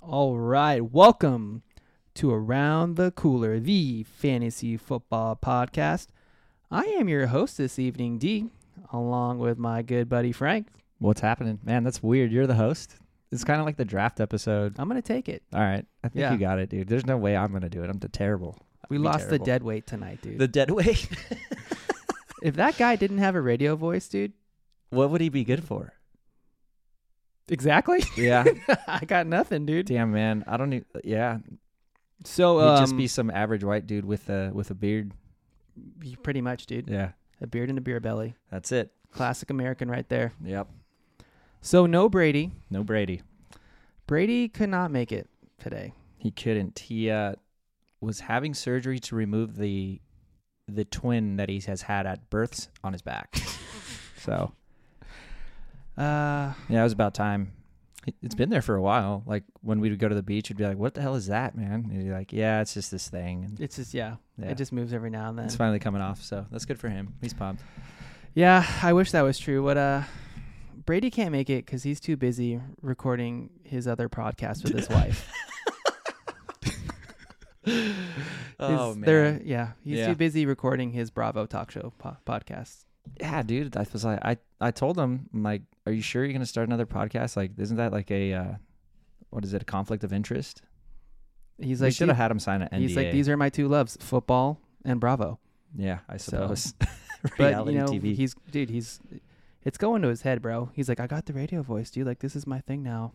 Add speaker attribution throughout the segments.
Speaker 1: All right, welcome to Around the Cooler, the fantasy football podcast. I am your host this evening, D, along with my good buddy Frank.
Speaker 2: What's happening? Man, that's weird. You're the host. It's kind of like the draft episode.
Speaker 1: I'm gonna take it.
Speaker 2: All right. I think
Speaker 1: Yeah.
Speaker 2: you got it, dude. There's no way I'm going to do it. I'm t- terrible.
Speaker 1: We
Speaker 2: Be
Speaker 1: lost the
Speaker 2: terrible.
Speaker 1: dead weight tonight, dude.
Speaker 2: The dead weight.
Speaker 1: if that guy didn't have a radio voice, dude,
Speaker 2: what would he be good for?
Speaker 1: exactly.
Speaker 2: Yeah.
Speaker 1: I got nothing, dude.
Speaker 2: Damn, man. I don't need. Yeah.
Speaker 1: So
Speaker 2: He'd
Speaker 1: um,
Speaker 2: just be some average white dude with a with a beard.
Speaker 1: you- pretty much, dude.
Speaker 2: Yeah.
Speaker 1: A beard and a beer belly,
Speaker 2: That's it.
Speaker 1: classic American right there.
Speaker 2: Yep.
Speaker 1: So no Brady.
Speaker 2: No Brady.
Speaker 1: Brady could not make it today.
Speaker 2: He couldn't. He uh, was having surgery to remove the the twin that he has had at births on his back. so
Speaker 1: Uh,
Speaker 2: Yeah, it was about time. It- It's been there for a while. Like when we would go to the beach, we'd be like, "What the hell is that, man?" And he'd be like, "Yeah, it's just this thing." And
Speaker 1: it's just yeah,
Speaker 2: yeah,
Speaker 1: it just moves every now and then.
Speaker 2: it's finally coming off, so that's good for him. He's pumped.
Speaker 1: Yeah, I wish that was true. But uh, Brady can't make it because he's too busy recording his other podcast with his wife.
Speaker 2: Oh
Speaker 1: His-
Speaker 2: man,
Speaker 1: they're- yeah, he's
Speaker 2: Yeah.
Speaker 1: too busy recording his Bravo talk show po- podcast.
Speaker 2: yeah, dude. I was like, I I told him, I'm like, "Are you sure you're gonna start another podcast? Like, isn't that like a uh, what is it? A conflict of interest?"
Speaker 1: He's
Speaker 2: He's like,
Speaker 1: like,
Speaker 2: should have
Speaker 1: "These-
Speaker 2: had him sign an NDA.
Speaker 1: he's like, these are my two loves: football and Bravo.
Speaker 2: yeah, I
Speaker 1: So-
Speaker 2: suppose.
Speaker 1: But
Speaker 2: Reality
Speaker 1: you know,
Speaker 2: TV.
Speaker 1: he's dude, he's it's going to his head, bro. He's like, I got the radio voice, dude. Like this is my thing now.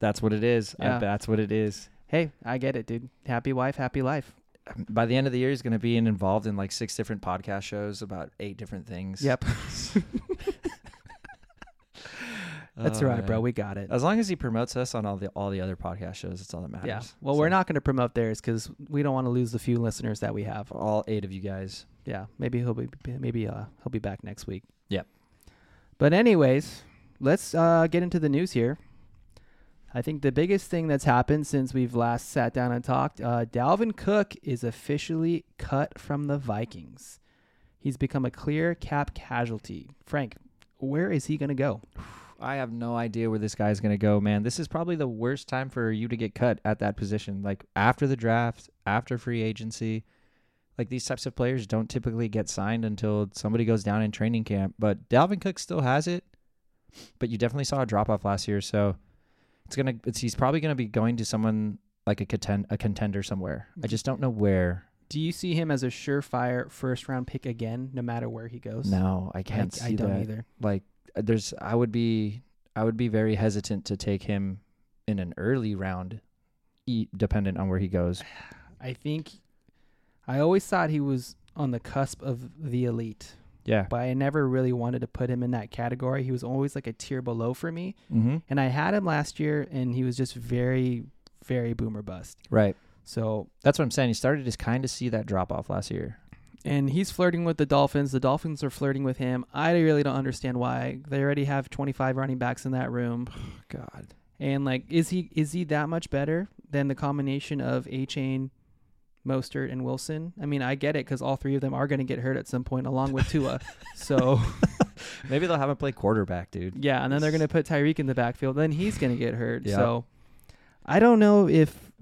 Speaker 2: that's what it is. I-
Speaker 1: Yeah.
Speaker 2: that's what it is.
Speaker 1: Hey, I get it, dude. Happy wife, happy life.
Speaker 2: by the end of the year he's going to be in, involved in like six different podcast shows about eight different things
Speaker 1: Yep. That's
Speaker 2: Oh,
Speaker 1: right, bro.
Speaker 2: man.
Speaker 1: We got it.
Speaker 2: as long as he promotes us on all the all the other podcast shows that's all that matters
Speaker 1: Yeah. Well,
Speaker 2: So,
Speaker 1: we're not going to promote theirs because we don't want to lose the few listeners that we have.
Speaker 2: all eight of you guys
Speaker 1: Yeah. Maybe he'll be maybe uh, he'll be back next week.
Speaker 2: Yep.
Speaker 1: But anyways, let's uh, get into the news here. I think the biggest thing that's happened since we've last sat down and talked, uh, Dalvin Cook is officially cut from the Vikings. He's become a clear cap casualty. Frank, where is he going to go?
Speaker 2: i have no idea where this guy's going to go man this is probably the worst time for you to get cut at that position like after the draft after free agency like these types of players don't typically get signed until somebody goes down in training camp but dalvin cook still has it but you definitely saw a drop off last year. So it's gonna it's, he's probably gonna be going to someone like a contend a contender somewhere.
Speaker 1: Mm-hmm.
Speaker 2: I just don't know where.
Speaker 1: Do you see him as a surefire first round pick again, no matter where he goes?
Speaker 2: No, I can't
Speaker 1: I,
Speaker 2: see
Speaker 1: I don't
Speaker 2: that.
Speaker 1: either.
Speaker 2: Like uh, there's I would be I would be very hesitant to take him in an early round, e- dependent on where he goes.
Speaker 1: I think I always thought he was on the cusp of the elite,
Speaker 2: Yeah.
Speaker 1: but I never really wanted to put him in that category. He was always like a tier below for me.
Speaker 2: Mm-hmm.
Speaker 1: And I had him last year and he was just very, very boomer bust.
Speaker 2: Right.
Speaker 1: So,
Speaker 2: That's what I'm saying. He started to kind of see that drop off last year.
Speaker 1: and he's flirting with the Dolphins. The Dolphins are flirting with him. I really don't understand why. They already have 25 running backs in that room.
Speaker 2: Oh, God.
Speaker 1: And like, is he is he that much better than the combination of A Chain, Mostert, and Wilson? I mean, I get it because all three of them are going to get hurt at some point, along with Tua. so
Speaker 2: Maybe they'll have him play quarterback, dude.
Speaker 1: yeah, and then they're going to put Tyreek in the backfield. Then he's going to get hurt.
Speaker 2: Yeah.
Speaker 1: So I don't know if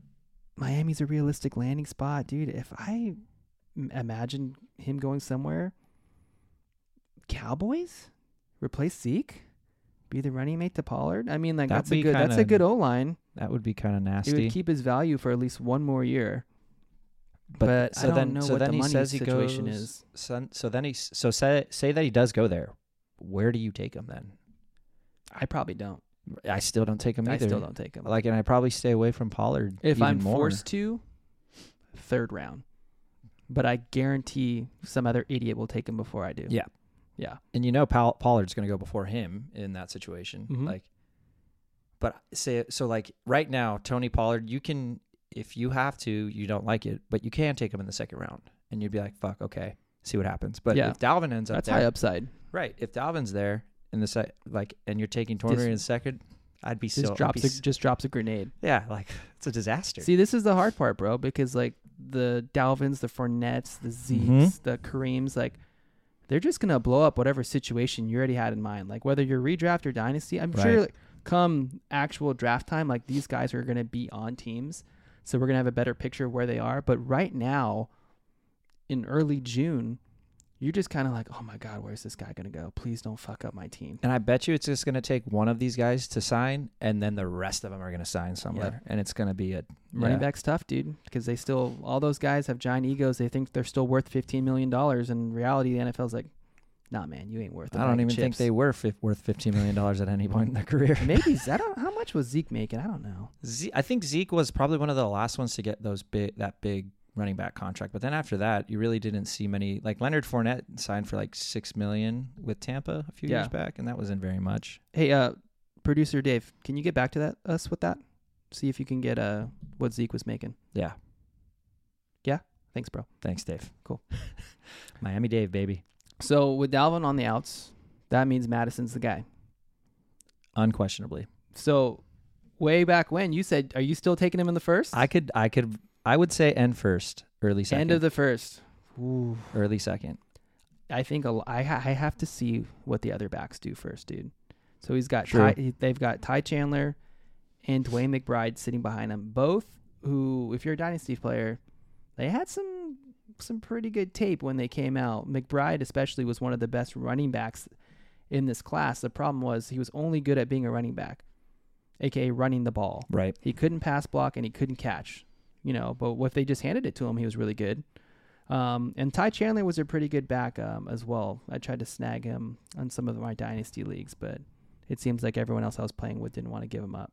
Speaker 1: Miami's a realistic landing spot, dude. If I m- imagine him going somewhere, Cowboys replace Zeke, be the running mate to Pollard. I mean, like
Speaker 2: That'd
Speaker 1: that's a
Speaker 2: be
Speaker 1: good that's a
Speaker 2: kinda
Speaker 1: good O line.
Speaker 2: That would be kind of nasty.
Speaker 1: It would keep his value for at least one more year. But,
Speaker 2: But-
Speaker 1: I
Speaker 2: so
Speaker 1: don't
Speaker 2: then-
Speaker 1: know
Speaker 2: so
Speaker 1: what
Speaker 2: then
Speaker 1: the
Speaker 2: he
Speaker 1: money
Speaker 2: says he
Speaker 1: situation
Speaker 2: goes-
Speaker 1: is.
Speaker 2: So, so then he s- so say say that he does go there. Where do you take him then?
Speaker 1: I probably don't.
Speaker 2: I still don't take him
Speaker 1: I
Speaker 2: either.
Speaker 1: still don't take him.
Speaker 2: Like, and I probably stay away from Pollard.
Speaker 1: if
Speaker 2: even
Speaker 1: I'm
Speaker 2: more.
Speaker 1: forced to, third round. But I guarantee some other idiot will take him before I do.
Speaker 2: Yeah.
Speaker 1: Yeah.
Speaker 2: and you know Pol- Pollard's going to go before him in that situation.
Speaker 1: Mhm.
Speaker 2: Like, but say so like right now, Tony Pollard, you can if you have to, you don't like it, but you can take him in the second round, and you'd be like, fuck, okay, see what happens. But
Speaker 1: Yeah.
Speaker 2: if Dalvin ends up
Speaker 1: That's
Speaker 2: there,
Speaker 1: high upside.
Speaker 2: right? If Dalvin's there in the sec, like, and you're taking Torner
Speaker 1: Just-
Speaker 2: in the second, I'd be
Speaker 1: Just
Speaker 2: so I'd
Speaker 1: drops
Speaker 2: be
Speaker 1: a,
Speaker 2: s-
Speaker 1: just drops a grenade.
Speaker 2: yeah, like it's a disaster.
Speaker 1: See, this is the hard part, bro, because like the Dalvins, the Fournettes, the Zeeks,
Speaker 2: Mhm.
Speaker 1: the Kareems, like they're just gonna blow up whatever situation you already had in mind. Like whether you're redraft or dynasty, I'm
Speaker 2: Right.
Speaker 1: sure like, come actual draft time, like these guys are going to be on teams. So we're going to have a better picture of where they are. But right now, in early June, you're just kind of like, oh my God, where's this guy going to go? Please don't fuck up my team.
Speaker 2: And I bet you it's just going to take one of these guys to sign, and then the rest of them are going to sign somewhere, and it's going to be it.
Speaker 1: Running
Speaker 2: Yeah.
Speaker 1: back's tough, dude, because they still, all those guys have giant egos. They think they're still worth $15 million. And in reality, the NFL's like, nah, man, you ain't worth it.
Speaker 2: I don't even think they were fi- worth fifteen million dollars at any point in their career.
Speaker 1: Maybe, I don't, how much was Zeke making? I don't know.
Speaker 2: Ze- I think Zeke was probably one of the last ones to get those big that big running back contract. But then after that, you really didn't see many. Like Leonard Fournette signed for like six million with Tampa a few
Speaker 1: Yeah.
Speaker 2: years back, and that wasn't very much.
Speaker 1: Hey, uh, producer Dave, can you get back to that us with that? See if you can get uh what Zeke was making.
Speaker 2: Yeah.
Speaker 1: Thanks, bro.
Speaker 2: Thanks, Dave.
Speaker 1: Cool.
Speaker 2: Miami Dave, baby.
Speaker 1: So with Dalvin on the outs, that means Madison's the guy.
Speaker 2: Unquestionably,
Speaker 1: So way back when you said, are you still taking him in the first?
Speaker 2: I could, I could, I would say end first, early second,
Speaker 1: End of the first. Ooh.
Speaker 2: early second.
Speaker 1: I think a l- I ha- I have to see what the other backs do first, dude. So he's got
Speaker 2: True.
Speaker 1: Ty, he- they've got Ty Chandler and Dwayne McBride sitting behind him, both who, if you're a dynasty player, they had some some pretty good tape when they came out. McBride especially was one of the best running backs in this class. The problem was he was only good at being a running back, aka running the ball.
Speaker 2: Right.
Speaker 1: He couldn't pass block and he couldn't catch, you know. But if they just handed it to him, he was really good. Um, and Ty Chandler was a pretty good back um, as well. I tried to snag him on some of my dynasty leagues, but it seems like everyone else I was playing with didn't want to give him up.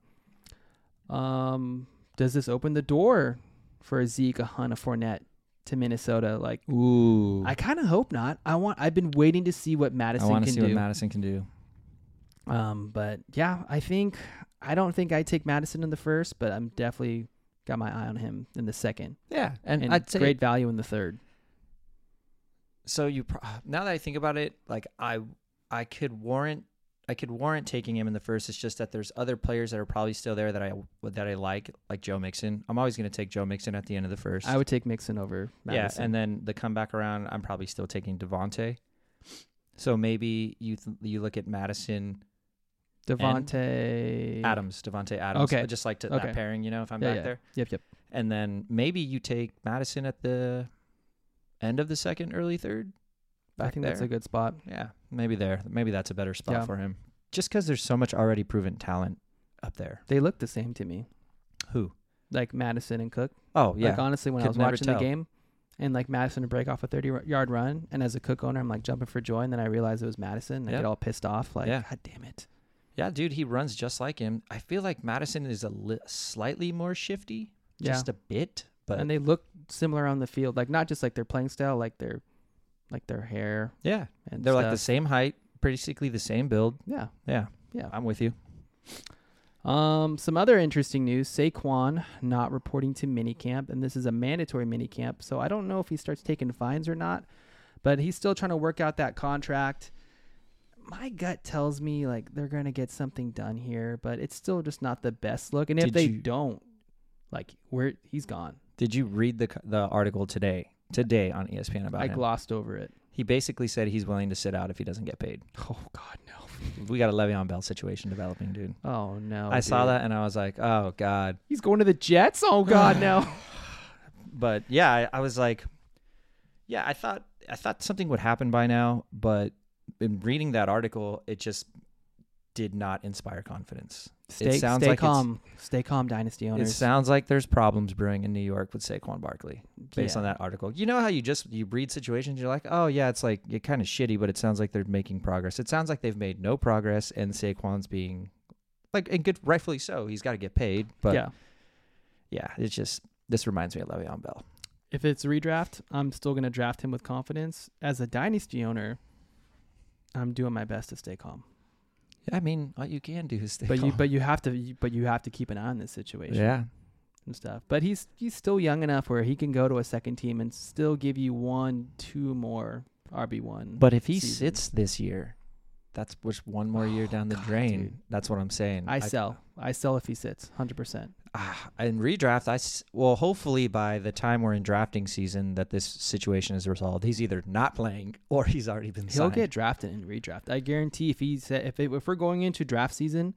Speaker 1: Um, does this open the door for a Zeke, a Hunt, a Fournette to Minnesota? Like,
Speaker 2: Ooh.
Speaker 1: I kind of hope not. I want. I've been waiting to see what
Speaker 2: I
Speaker 1: Madison
Speaker 2: want to
Speaker 1: can
Speaker 2: see
Speaker 1: do.
Speaker 2: what Madison can do.
Speaker 1: Um, but yeah, I think I don't think I take Madison in the first, but I'm definitely got my eye on him in the second,
Speaker 2: Yeah, and,
Speaker 1: and
Speaker 2: I'd say
Speaker 1: great value in the third.
Speaker 2: so you pro- now that I think about it, like I I could warrant I could warrant taking him in the first. It's just that there's other players that are probably still there that I that I like, like Joe Mixon. I'm always going to take Joe Mixon at the end of the first.
Speaker 1: I would take Mixon over Madison.
Speaker 2: yeah, and then the comeback around, I'm probably still taking Devonte. So maybe you th- you look at Madison
Speaker 1: Devonte
Speaker 2: Adams, Devonte Adams.
Speaker 1: Okay.
Speaker 2: I just like to,
Speaker 1: Okay.
Speaker 2: that pairing, you know, if I'm
Speaker 1: Yeah,
Speaker 2: back
Speaker 1: yeah.
Speaker 2: there,
Speaker 1: Yep, yep.
Speaker 2: and then maybe you take Madison at the end of the second, early third.
Speaker 1: I
Speaker 2: back
Speaker 1: think that's
Speaker 2: there.
Speaker 1: a good spot.
Speaker 2: Yeah, maybe there. Maybe that's a better spot
Speaker 1: Yeah.
Speaker 2: for him. Just because there's so much already proven talent up there.
Speaker 1: They look the same to me,
Speaker 2: Who?
Speaker 1: like Madison and Cook.
Speaker 2: Oh yeah,
Speaker 1: Like honestly, when I
Speaker 2: Could
Speaker 1: was
Speaker 2: never
Speaker 1: watching
Speaker 2: tell.
Speaker 1: the game, and like Madison to break off a thirty-yard run, and as a Cook owner, I'm like jumping for joy, and then I realize it was Madison, and I
Speaker 2: Yeah.
Speaker 1: get all pissed off. Like,
Speaker 2: Yeah.
Speaker 1: God damn it!
Speaker 2: yeah, dude. He runs just like him. I feel like Madison is a li- slightly more shifty, just a bit, but
Speaker 1: and they look similar on the field, like not just like their playing style, like their like their hair
Speaker 2: yeah,
Speaker 1: and
Speaker 2: they're like the
Speaker 1: stuff.
Speaker 2: same height, basically the same build.
Speaker 1: yeah.
Speaker 2: Yeah,
Speaker 1: Yeah.
Speaker 2: I'm with you.
Speaker 1: Um, some other interesting news: Saquon not reporting to minicamp, and this is a mandatory minicamp, so I don't know if he starts taking fines or not, but he's still trying to work out that contract. My gut tells me like they're gonna get something done here, but it's still just not the best look. And if
Speaker 2: Did
Speaker 1: they
Speaker 2: you-
Speaker 1: don't, like we're he's gone.
Speaker 2: Did you read the c- the article today? Today on E ESPN about
Speaker 1: I
Speaker 2: him.
Speaker 1: glossed over it.
Speaker 2: he basically said he's willing to sit out if he doesn't get paid.
Speaker 1: Oh God, no!
Speaker 2: We got a Le'Veon Bell situation developing, dude.
Speaker 1: Oh no!
Speaker 2: I saw
Speaker 1: dude.
Speaker 2: that and I was like, oh god.
Speaker 1: He's going to the Jets. Oh God, no!
Speaker 2: but yeah, I, I was like, yeah, I thought I thought something would happen by now, but in reading that article, it just did not inspire confidence.
Speaker 1: Stay,
Speaker 2: sounds
Speaker 1: stay
Speaker 2: like it's-
Speaker 1: calm. Stay calm, Dynasty
Speaker 2: It
Speaker 1: owners.
Speaker 2: sounds like there's problems brewing in New York with Saquon Barkley based
Speaker 1: Yeah.
Speaker 2: on that article. You know how you just you read situations, you're like, oh yeah, it's like it kind of shitty, but it sounds like they're making progress. It sounds like they've made no progress, and Saquon's being like, and good, rightfully so. He's got to get paid, but yeah,
Speaker 1: yeah.
Speaker 2: it's just this reminds me of Le'Veon Bell.
Speaker 1: If it's redraft, I'm still going to draft him with confidence. As a Dynasty owner, I'm doing my best to stay calm.
Speaker 2: I mean, all you can do is stay
Speaker 1: But you,
Speaker 2: calm.
Speaker 1: but you have to, you- but you have to keep an eye on this situation
Speaker 2: yeah,
Speaker 1: and stuff. But he's he's still young enough where he can go to a second team and still give you one, two more RB one.
Speaker 2: But if he
Speaker 1: season.
Speaker 2: sits this year, that's just one more year
Speaker 1: Oh,
Speaker 2: down the
Speaker 1: God,
Speaker 2: drain.
Speaker 1: dude.
Speaker 2: That's what I'm saying.
Speaker 1: I sell, I sell if he sits, hundred percent.
Speaker 2: Ah, in redraft, I s- well, hopefully by the time we're in drafting season, that this situation is resolved. He's either not playing or he's already been
Speaker 1: He'll
Speaker 2: signed.
Speaker 1: get drafted and redraft. I guarantee if he said if it, if we're going into draft season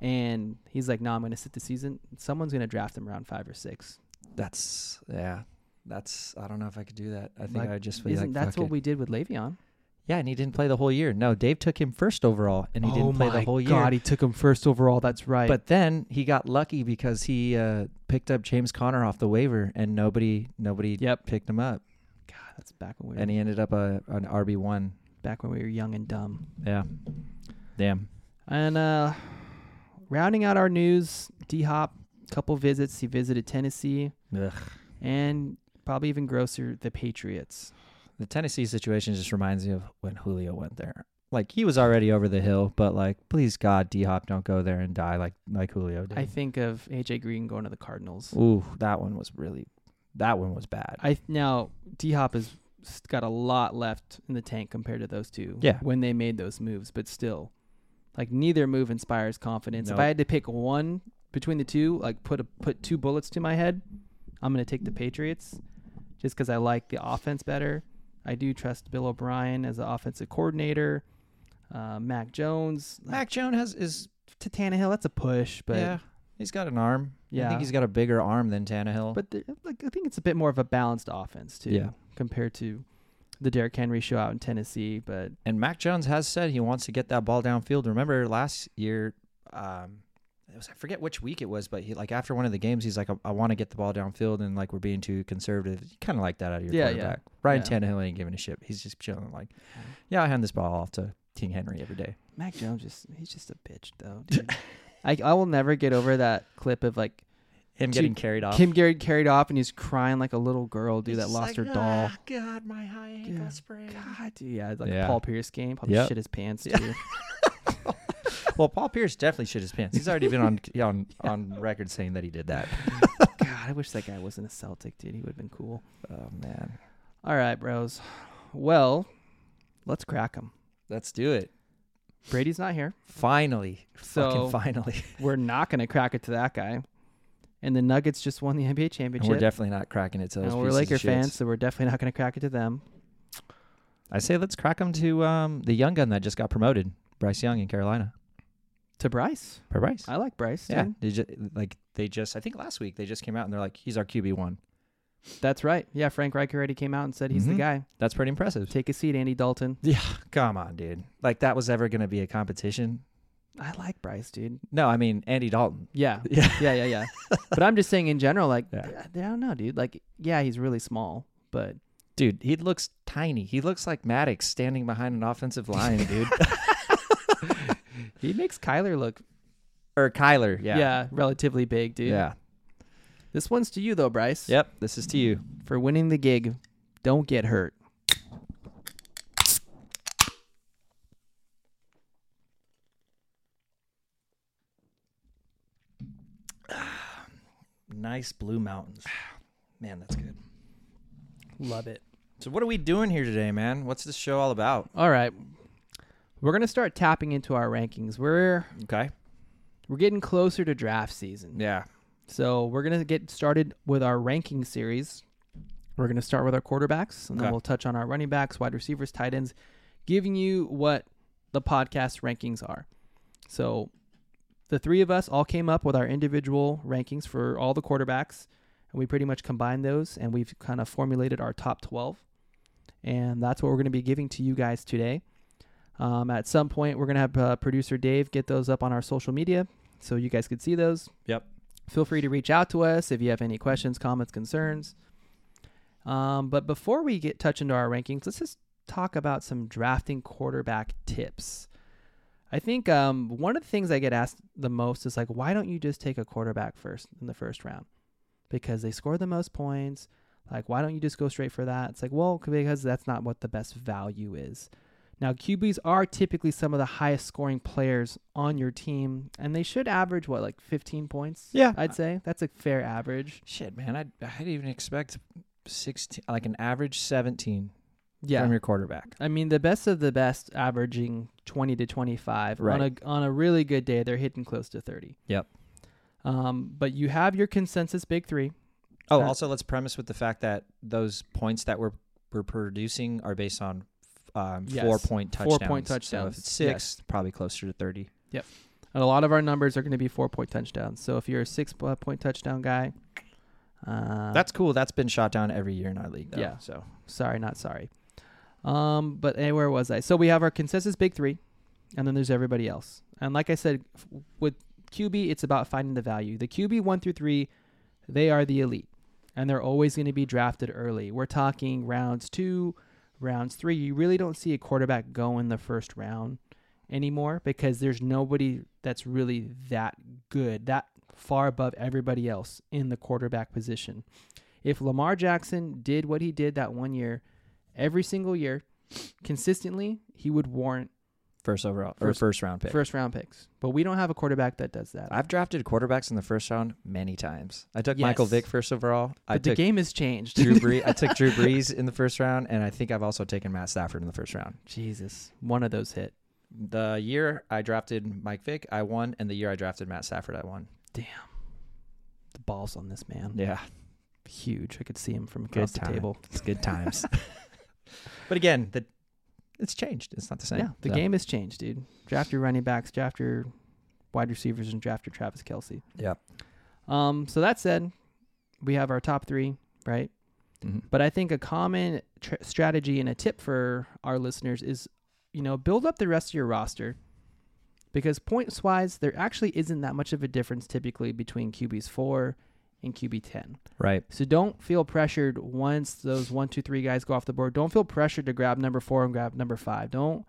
Speaker 1: and he's like, "No, I'm going to sit the season. Someone's going to draft him around five or six.
Speaker 2: That's yeah. That's I don't know if I could do that. I think
Speaker 1: Like,
Speaker 2: I would just be
Speaker 1: Isn't
Speaker 2: like,
Speaker 1: that's
Speaker 2: "Fuck
Speaker 1: what
Speaker 2: it."
Speaker 1: we did with Le'Veon?
Speaker 2: Yeah, and he didn't play the whole year. No, Dave took him first overall, and he didn't play the whole year.
Speaker 1: Oh God, he took him first overall. That's right.
Speaker 2: But then he got lucky because he uh, picked up James Conner off the waiver, and nobody nobody
Speaker 1: Yep.
Speaker 2: picked him up,
Speaker 1: God, that's back when we were
Speaker 2: and he ended up a an RB one.
Speaker 1: back when we were young and dumb.
Speaker 2: Yeah, damn.
Speaker 1: And uh, rounding out our news, D Hop, couple visits. He visited Tennessee
Speaker 2: Ugh.
Speaker 1: and probably even grosser, the Patriots.
Speaker 2: The Tennessee situation just reminds me of when Julio went there. Like he was already over the hill, but like, please God, D Hop, don't go there and die like like Julio did.
Speaker 1: I think of AJ Green going to the Cardinals.
Speaker 2: Ooh, that one was really, that one was bad.
Speaker 1: I now D Hop has s- got a lot left in the tank compared to those two.
Speaker 2: Yeah.
Speaker 1: when they made those moves, but still, like neither move inspires confidence. If
Speaker 2: Nope.
Speaker 1: I had to pick one between the two, like put a, put two bullets to my head, I'm gonna take the Patriots, just because I like the offense better. I do trust Bill O'Brien as the offensive coordinator. Uh, Mac Jones,
Speaker 2: Mac Jones has is
Speaker 1: to Tannehill, that's a push, but
Speaker 2: yeah, he's got an arm. I
Speaker 1: Yeah.
Speaker 2: think he's got a bigger arm than Tannehill.
Speaker 1: But the, like, I think it's a bit more of a balanced offense too,
Speaker 2: Yeah.
Speaker 1: compared to the Derrick Henry show out in Tennessee. But
Speaker 2: and Mac Jones has said he wants to get that ball downfield. Remember last year, um, it was I forget which week it was, but he like after one of the games, he's like, I, I want to get the ball downfield, and like we're being too conservative. You kind of like that out of your
Speaker 1: Yeah, yeah.
Speaker 2: quarterback. Ryan
Speaker 1: Yeah.
Speaker 2: Tannehill ain't giving a shit. He's just chilling. Like, yeah, I hand this ball off to King Henry every day.
Speaker 1: Mac Jones just he's just a bitch though. Dude. I I will never get over that clip of like
Speaker 2: Him
Speaker 1: Dude,
Speaker 2: getting carried off.
Speaker 1: Kim Garrett carried off and he's crying like a little girl dude that lost her doll.
Speaker 2: "Ah, God, my high ankle
Speaker 1: ankle
Speaker 2: sprain.
Speaker 1: God, dude, yeah, it's like
Speaker 2: Yeah.
Speaker 1: a Paul Pierce game. Probably
Speaker 2: Yep.
Speaker 1: shit his pants
Speaker 2: Yeah.
Speaker 1: too.
Speaker 2: Well, Paul Pierce definitely shit his pants. He's already been on on on record saying that he did that.
Speaker 1: God, I wish that guy wasn't a Celtic, dude. He would have been cool.
Speaker 2: Oh man,
Speaker 1: All right, bros. Well, let's crack him.
Speaker 2: let's do it.
Speaker 1: Brady's not here.
Speaker 2: Finally, fucking
Speaker 1: So-
Speaker 2: finally.
Speaker 1: We're not going to crack it to that guy. And the Nuggets just won the NBA
Speaker 2: And we're
Speaker 1: championship.
Speaker 2: definitely not cracking it to those.
Speaker 1: And we're
Speaker 2: pieces of
Speaker 1: Laker
Speaker 2: shits.
Speaker 1: fans, so we're definitely not going to crack it to them.
Speaker 2: I say let's crack them to um, the young gun that just got promoted, Bryce Young in Carolina.
Speaker 1: To Bryce,
Speaker 2: For Bryce,
Speaker 1: I like Bryce.
Speaker 2: yeah.
Speaker 1: dude.
Speaker 2: They just, like they just, I think last week they just came out and they're like, he's our QB one.
Speaker 1: that's right. Yeah, Frank Reich already came out and said he's
Speaker 2: Mhm.
Speaker 1: the guy.
Speaker 2: That's pretty impressive.
Speaker 1: Take a seat, Andy Dalton.
Speaker 2: Come on, dude. Like that was ever gonna be a competition?
Speaker 1: I like Bryce, dude.
Speaker 2: No, I mean Andy Dalton.
Speaker 1: Yeah,
Speaker 2: Yeah.
Speaker 1: yeah, yeah, yeah. but I'm just saying in general, like,
Speaker 2: Yeah.
Speaker 1: I I don't know, dude. Like, yeah, he's really small, but
Speaker 2: Dude, he looks tiny. He looks like Maddox standing behind an offensive line, dude.
Speaker 1: he makes Kyler look,
Speaker 2: or Kyler,
Speaker 1: yeah,
Speaker 2: yeah.
Speaker 1: relatively big, dude.
Speaker 2: Yeah.
Speaker 1: This one's to you though, Bryce.
Speaker 2: Yep. This is to you.
Speaker 1: For winning the gig, don't get hurt.
Speaker 2: Nice blue mountains. Man, that's good.
Speaker 1: Love it.
Speaker 2: So what are we doing here today, man? What's this show all about?
Speaker 1: All right, we're gonna start tapping into our rankings. We're
Speaker 2: Okay.
Speaker 1: we're getting closer to draft season.
Speaker 2: Yeah.
Speaker 1: So we're gonna get started with our ranking series. We're gonna start with our quarterbacks, and then
Speaker 2: Okay.
Speaker 1: we'll touch on our running backs, wide receivers, tight ends, giving you what the podcast rankings are. So the three of us all came up with our individual rankings for all the quarterbacks, and we pretty much combined those, and we've kind of formulated our top twelve, and that's what we're gonna be giving to you guys today. Um, at some point, we're gonna have uh, producer Dave get those up on our social media, so you guys could see those feel free to reach out to us if you have any questions, comments, concerns. Um, but before we get touch into our rankings, let's just talk about some drafting quarterback tips. I think um, one of the things I get asked the most is like, why don't you just take a quarterback first in the first round? Because they score the most points. Like, why don't you just go straight for that? It's like, well, c- because that's not what the best value is. Now, QBs are typically some of the highest scoring players on your team, and they should average, what, like 15 points?
Speaker 2: Yeah.
Speaker 1: I'd say that's a fair average.
Speaker 2: Shit, man. I'd, I'd even expect 16, like an average 17 from your quarterback.
Speaker 1: I mean, the best of the best averaging 20 to 25. On
Speaker 2: Right.
Speaker 1: a, on a really good day, they're hitting close to 30.
Speaker 2: Yep.
Speaker 1: Um, but you have your consensus big three.
Speaker 2: Oh,
Speaker 1: Uh,
Speaker 2: also, let's premise with the fact that those points that we're, we're producing are based on um,
Speaker 1: Yes.
Speaker 2: four point touchdowns. Uh-huh.
Speaker 1: Four-point
Speaker 2: So if
Speaker 1: touchdowns.
Speaker 2: it's six, probably closer to 30.
Speaker 1: And a lot of our numbers are going to be four point touchdowns. So if you're a six po- point touchdown guy, uh,
Speaker 2: That's cool. That's been shot down every year in our league, though.
Speaker 1: Yeah.
Speaker 2: So
Speaker 1: sorry, not sorry. Um, but eh, where was I? So we have our consensus big three, and then there's everybody else. And like I said, f- with QB, it's about finding the value. The QB one through three, they are the elite, and they're always going to be drafted early. We're talking rounds two, rounds three. You really don't see a quarterback go in the first round anymore because there's nobody that's really that good, that far above everybody else in the quarterback position. If Lamar Jackson did what he did that one year, every single year, consistently, he would warrant
Speaker 2: first overall
Speaker 1: First-
Speaker 2: or first round pick.
Speaker 1: first round picks. But we don't have a quarterback that does that.
Speaker 2: I've drafted quarterbacks in the first round many times. I took Michael
Speaker 1: Yes.
Speaker 2: Vick first overall. I
Speaker 1: but the
Speaker 2: took
Speaker 1: game has changed.
Speaker 2: Drew Brees. I took Drew Brees in the first round, and I think I've also taken Matt Stafford in the first round.
Speaker 1: Jesus, one of those hit.
Speaker 2: The year I drafted Mike Vick, I won, and the year I drafted Matt Stafford, I won.
Speaker 1: The balls on this man,
Speaker 2: Yeah,
Speaker 1: huge. I could see him from
Speaker 2: Good
Speaker 1: across the
Speaker 2: time.
Speaker 1: table.
Speaker 2: it's good times. but again, the, it's changed. It's not the same.
Speaker 1: Yeah, the
Speaker 2: So,
Speaker 1: game has changed, dude. Draft your running backs, draft your wide receivers, and draft your Travis Kelsey.
Speaker 2: Yeah.
Speaker 1: Um. So that said, we have our top three, right?
Speaker 2: Mhm.
Speaker 1: But I think a common tr- strategy and a tip for our listeners is, you know, build up the rest of your roster because points wise, there actually isn't that much of a difference typically between QBs 4 and QB 10.
Speaker 2: Right.
Speaker 1: So don't feel pressured once those one, two, three guys go off the board. Don't feel pressured to grab number four and grab number five. Don't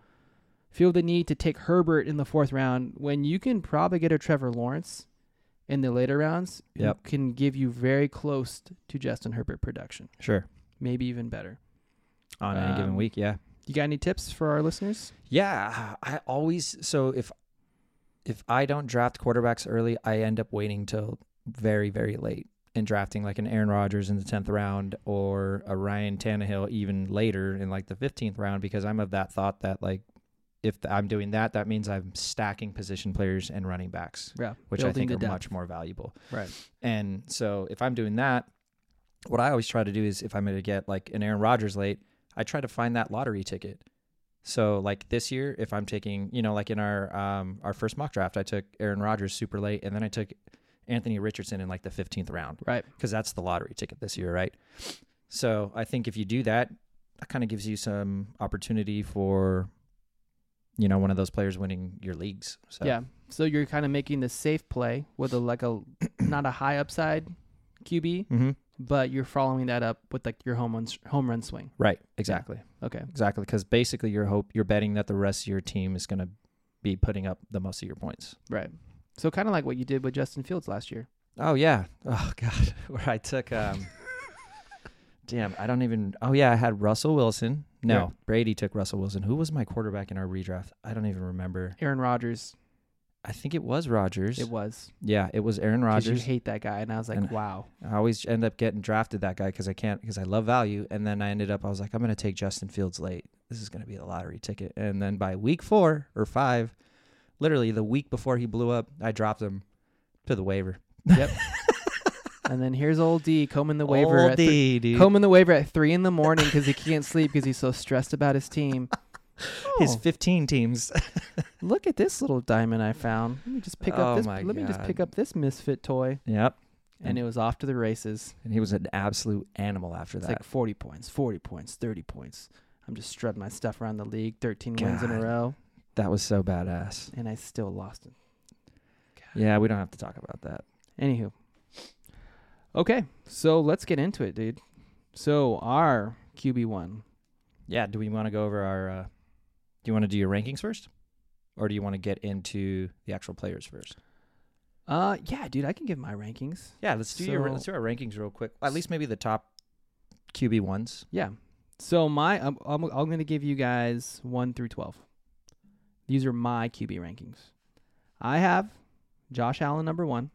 Speaker 1: feel the need to take Herbert in the fourth round when you can probably get a Trevor Lawrence in the later rounds who
Speaker 2: Yep.
Speaker 1: can give you very close to Justin Herbert production,
Speaker 2: Sure.
Speaker 1: maybe even better.
Speaker 2: On any given
Speaker 1: Um,
Speaker 2: week, yeah.
Speaker 1: You got any tips for our listeners?
Speaker 2: Yeah, I always so if if I don't draft quarterbacks early, I end up waiting till very very late and drafting like an Aaron Rodgers in the tenth round or a Ryan Tannehill even later in like the fifteenth round because I'm of that thought that like if I'm doing that, that means I'm stacking position players and running backs,
Speaker 1: Yeah,
Speaker 2: which I
Speaker 1: building
Speaker 2: think
Speaker 1: the
Speaker 2: are
Speaker 1: depth.
Speaker 2: much more valuable.
Speaker 1: right.
Speaker 2: And so if I'm doing that, what I always try to do is if I'm going to get like an Aaron Rodgers late, I try to find that lottery ticket. So like this year, if I'm taking, you know, like in our um, our first mock draft, I took Aaron Rodgers super late, and then I took Anthony Richardson in like the 15th round
Speaker 1: Right.
Speaker 2: because that's the lottery ticket this year, right? So I think if you do that, that kind of gives you some opportunity for, you know, one of those players winning your leagues. So
Speaker 1: Yeah. So you're kind of making the safe play with a like a not a high upside QB,
Speaker 2: hmm
Speaker 1: but you're following that up with like your home run home run swing.
Speaker 2: right, exactly.
Speaker 1: Okay.
Speaker 2: Exactly, because basically you're hope you're betting that the rest of your team is going to be putting up the most of your points.
Speaker 1: Right. So kind of like what you did with Justin Fields last year.
Speaker 2: Oh yeah. Oh god, where I took um, damn, I don't even. Oh yeah, I had Russell Wilson. No,
Speaker 1: Yeah.
Speaker 2: Brady took Russell Wilson. Who was my quarterback in our redraft? I don't even remember.
Speaker 1: Aaron Rodgers.
Speaker 2: I think it was Rodgers.
Speaker 1: It was.
Speaker 2: yeah, it was Aaron
Speaker 1: 'Cause
Speaker 2: Rodgers.
Speaker 1: You hate that guy, and I was like,
Speaker 2: And-
Speaker 1: wow.
Speaker 2: I always end up getting drafted that guy because I can't because I love value, and then I ended up I was like I'm gonna take Justin Fields late. This is gonna be the lottery ticket, and then by week four or five, literally the week before he blew up, I dropped him to the waiver.
Speaker 1: Yep. and then here's old D combing the waiver.
Speaker 2: Old
Speaker 1: at thr-
Speaker 2: D, dude.
Speaker 1: combing the waiver at three in the morning because he can't sleep because he's so stressed about his team.
Speaker 2: His
Speaker 1: Oh,
Speaker 2: 15 teams.
Speaker 1: look at this little diamond I found. Let me just pick
Speaker 2: Oh
Speaker 1: up this.
Speaker 2: my
Speaker 1: Let me just
Speaker 2: God. Mm.
Speaker 1: pick up this misfit toy,
Speaker 2: yep,
Speaker 1: and it was off to the races.
Speaker 2: and he was an absolute animal after
Speaker 1: It's
Speaker 2: that.
Speaker 1: like 40 points, 40 points, 30 points. I'm just strutting my stuff around the league. 13 wins in a
Speaker 2: God.
Speaker 1: row,
Speaker 2: that was so badass.
Speaker 1: and I still lost it.
Speaker 2: Yeah, we don't have to talk about that.
Speaker 1: Anywho. Okay, so let's get into it, dude. So our QB one.
Speaker 2: Yeah, do we want to go over our? Uh, do you want to do your rankings first, or do you want to get into the actual players first?
Speaker 1: Uh yeah, dude, I can give my rankings.
Speaker 2: Yeah, let's do your
Speaker 1: So-
Speaker 2: let's do our rankings real quick. At least maybe the top QB ones.
Speaker 1: Yeah. So my I'm I'm, I'm going to give you guys 1 through 12. These are my QB rankings. I have Josh Allen number 1.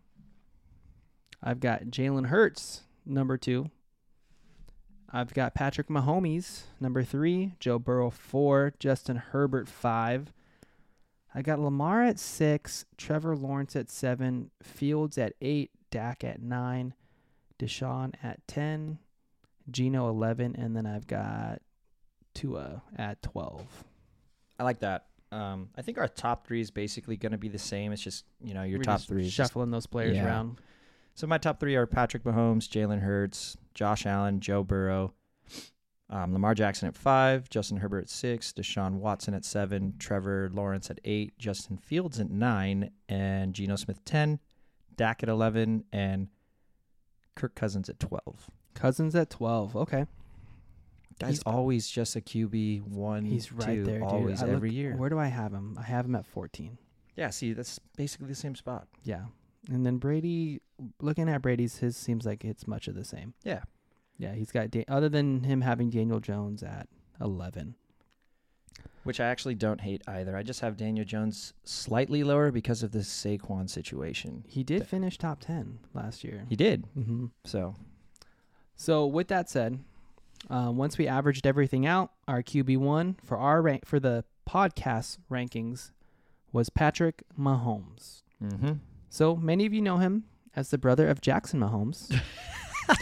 Speaker 1: I've got Jalen Hurts number 2. I've got Patrick Mahomes number 3, Joe Burrow 4, Justin Herbert 5. I got Lamar at 6, Trevor Lawrence at 7, Fields at 8, Dak at 9, Deshaun at 10, Gino 11, and then I've got Tua at 12.
Speaker 2: I like that. Um, I think our top three is basically going to be the same. It's just you know your
Speaker 1: We're
Speaker 2: top
Speaker 1: just
Speaker 2: three. is just-
Speaker 1: Shuffling those players
Speaker 2: Yeah.
Speaker 1: around.
Speaker 2: So my top three are Patrick Mahomes, Jalen Hurts, Josh Allen, Joe Burrow, um, Lamar Jackson at five, Justin Herbert at six, Deshaun Watson at seven, Trevor Lawrence at eight, Justin Fields at nine, and Geno Smith ten, Dak at eleven, and Kirk Cousins at twelve.
Speaker 1: Cousins at 12. Okay.
Speaker 2: Guys,
Speaker 1: He's-
Speaker 2: always just a QB one.
Speaker 1: He's right
Speaker 2: two,
Speaker 1: there, dude.
Speaker 2: Always
Speaker 1: I look-
Speaker 2: every year.
Speaker 1: Where do I have him? I have him at 14.
Speaker 2: Yeah, see, that's basically the same spot.
Speaker 1: Yeah. And then Brady, looking at Brady's, his seems like it's much of the same.
Speaker 2: Yeah.
Speaker 1: Yeah, he's got, da- other than him having Daniel Jones at 11.
Speaker 2: Which I actually don't hate either. I just have Daniel Jones slightly lower because of the Saquon situation.
Speaker 1: He did
Speaker 2: Th-
Speaker 1: finish top 10 last year.
Speaker 2: He did.
Speaker 1: Mm-hmm.
Speaker 2: So
Speaker 1: So with that said, uh, once we averaged everything out, our QB one for our rank for the podcast rankings was Patrick Mahomes.
Speaker 2: Mm-hmm.
Speaker 1: So many of you know him as the brother of Jackson Mahomes. Um,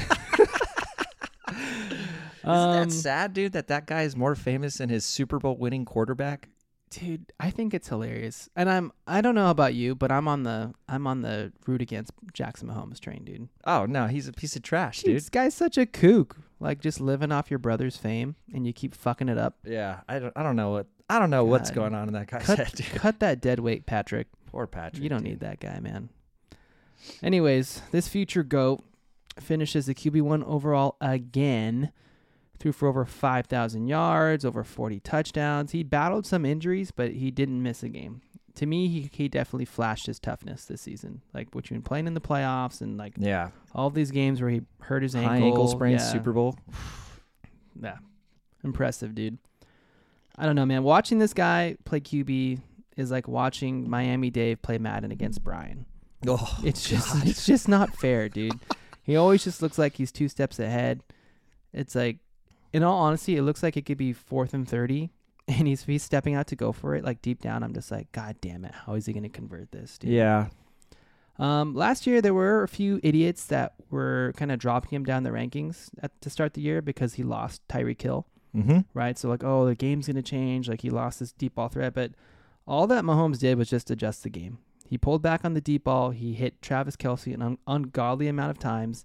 Speaker 2: Isn't that sad, dude? That that guy is more famous than his Super Bowl winning quarterback.
Speaker 1: dude, I think it's hilarious, and I'm I don't know about you, but I'm on the I'm on the root against Jackson Mahomes train, dude.
Speaker 2: Oh no, he's a piece of trash,
Speaker 1: Dude,
Speaker 2: dude.
Speaker 1: this guy's such a kook. Like just living off your brother's fame, and you keep fucking it up.
Speaker 2: Yeah, I don't, I don't know what, I don't know what's
Speaker 1: God.
Speaker 2: going on in that guy's
Speaker 1: Cut-
Speaker 2: head, dude.
Speaker 1: Cut that dead weight, Patrick.
Speaker 2: Poor Patrick.
Speaker 1: You don't
Speaker 2: dude.
Speaker 1: need that guy, man. Anyways, this future GOAT finishes the QB1 overall again. Threw for over 5,000 yards, over 40 touchdowns. He battled some injuries, but he didn't miss a game. To me, he, he definitely flashed his toughness this season. Like, what you've been playing in the playoffs and, like,
Speaker 2: Yeah,
Speaker 1: all these games where he hurt his ankle.
Speaker 2: high ankle sprain,
Speaker 1: Yeah.
Speaker 2: Super Bowl.
Speaker 1: Yeah. Impressive, dude. I don't know, man. Watching this guy play QB is like watching Miami Dave play Madden against Brian.
Speaker 2: Oh,
Speaker 1: It's just it's just not fair, dude. he always just looks like he's two steps ahead. It's like in all honesty, it looks like it could be fourth and thirty and he's he's stepping out to go for it. Like deep down I'm just like, God damn it, how is he gonna convert this, dude?
Speaker 2: yeah.
Speaker 1: Um, last year, there were a few idiots that were kind of dropping him down the rankings at, to start the year because he lost Tyreek Hill,
Speaker 2: Mm-hmm.
Speaker 1: right? So, like, oh, the game's going to change. Like, he lost this deep ball threat. But all that Mahomes did was just adjust the game. He pulled back on the deep ball. He hit Travis Kelsey an un- ungodly amount of times.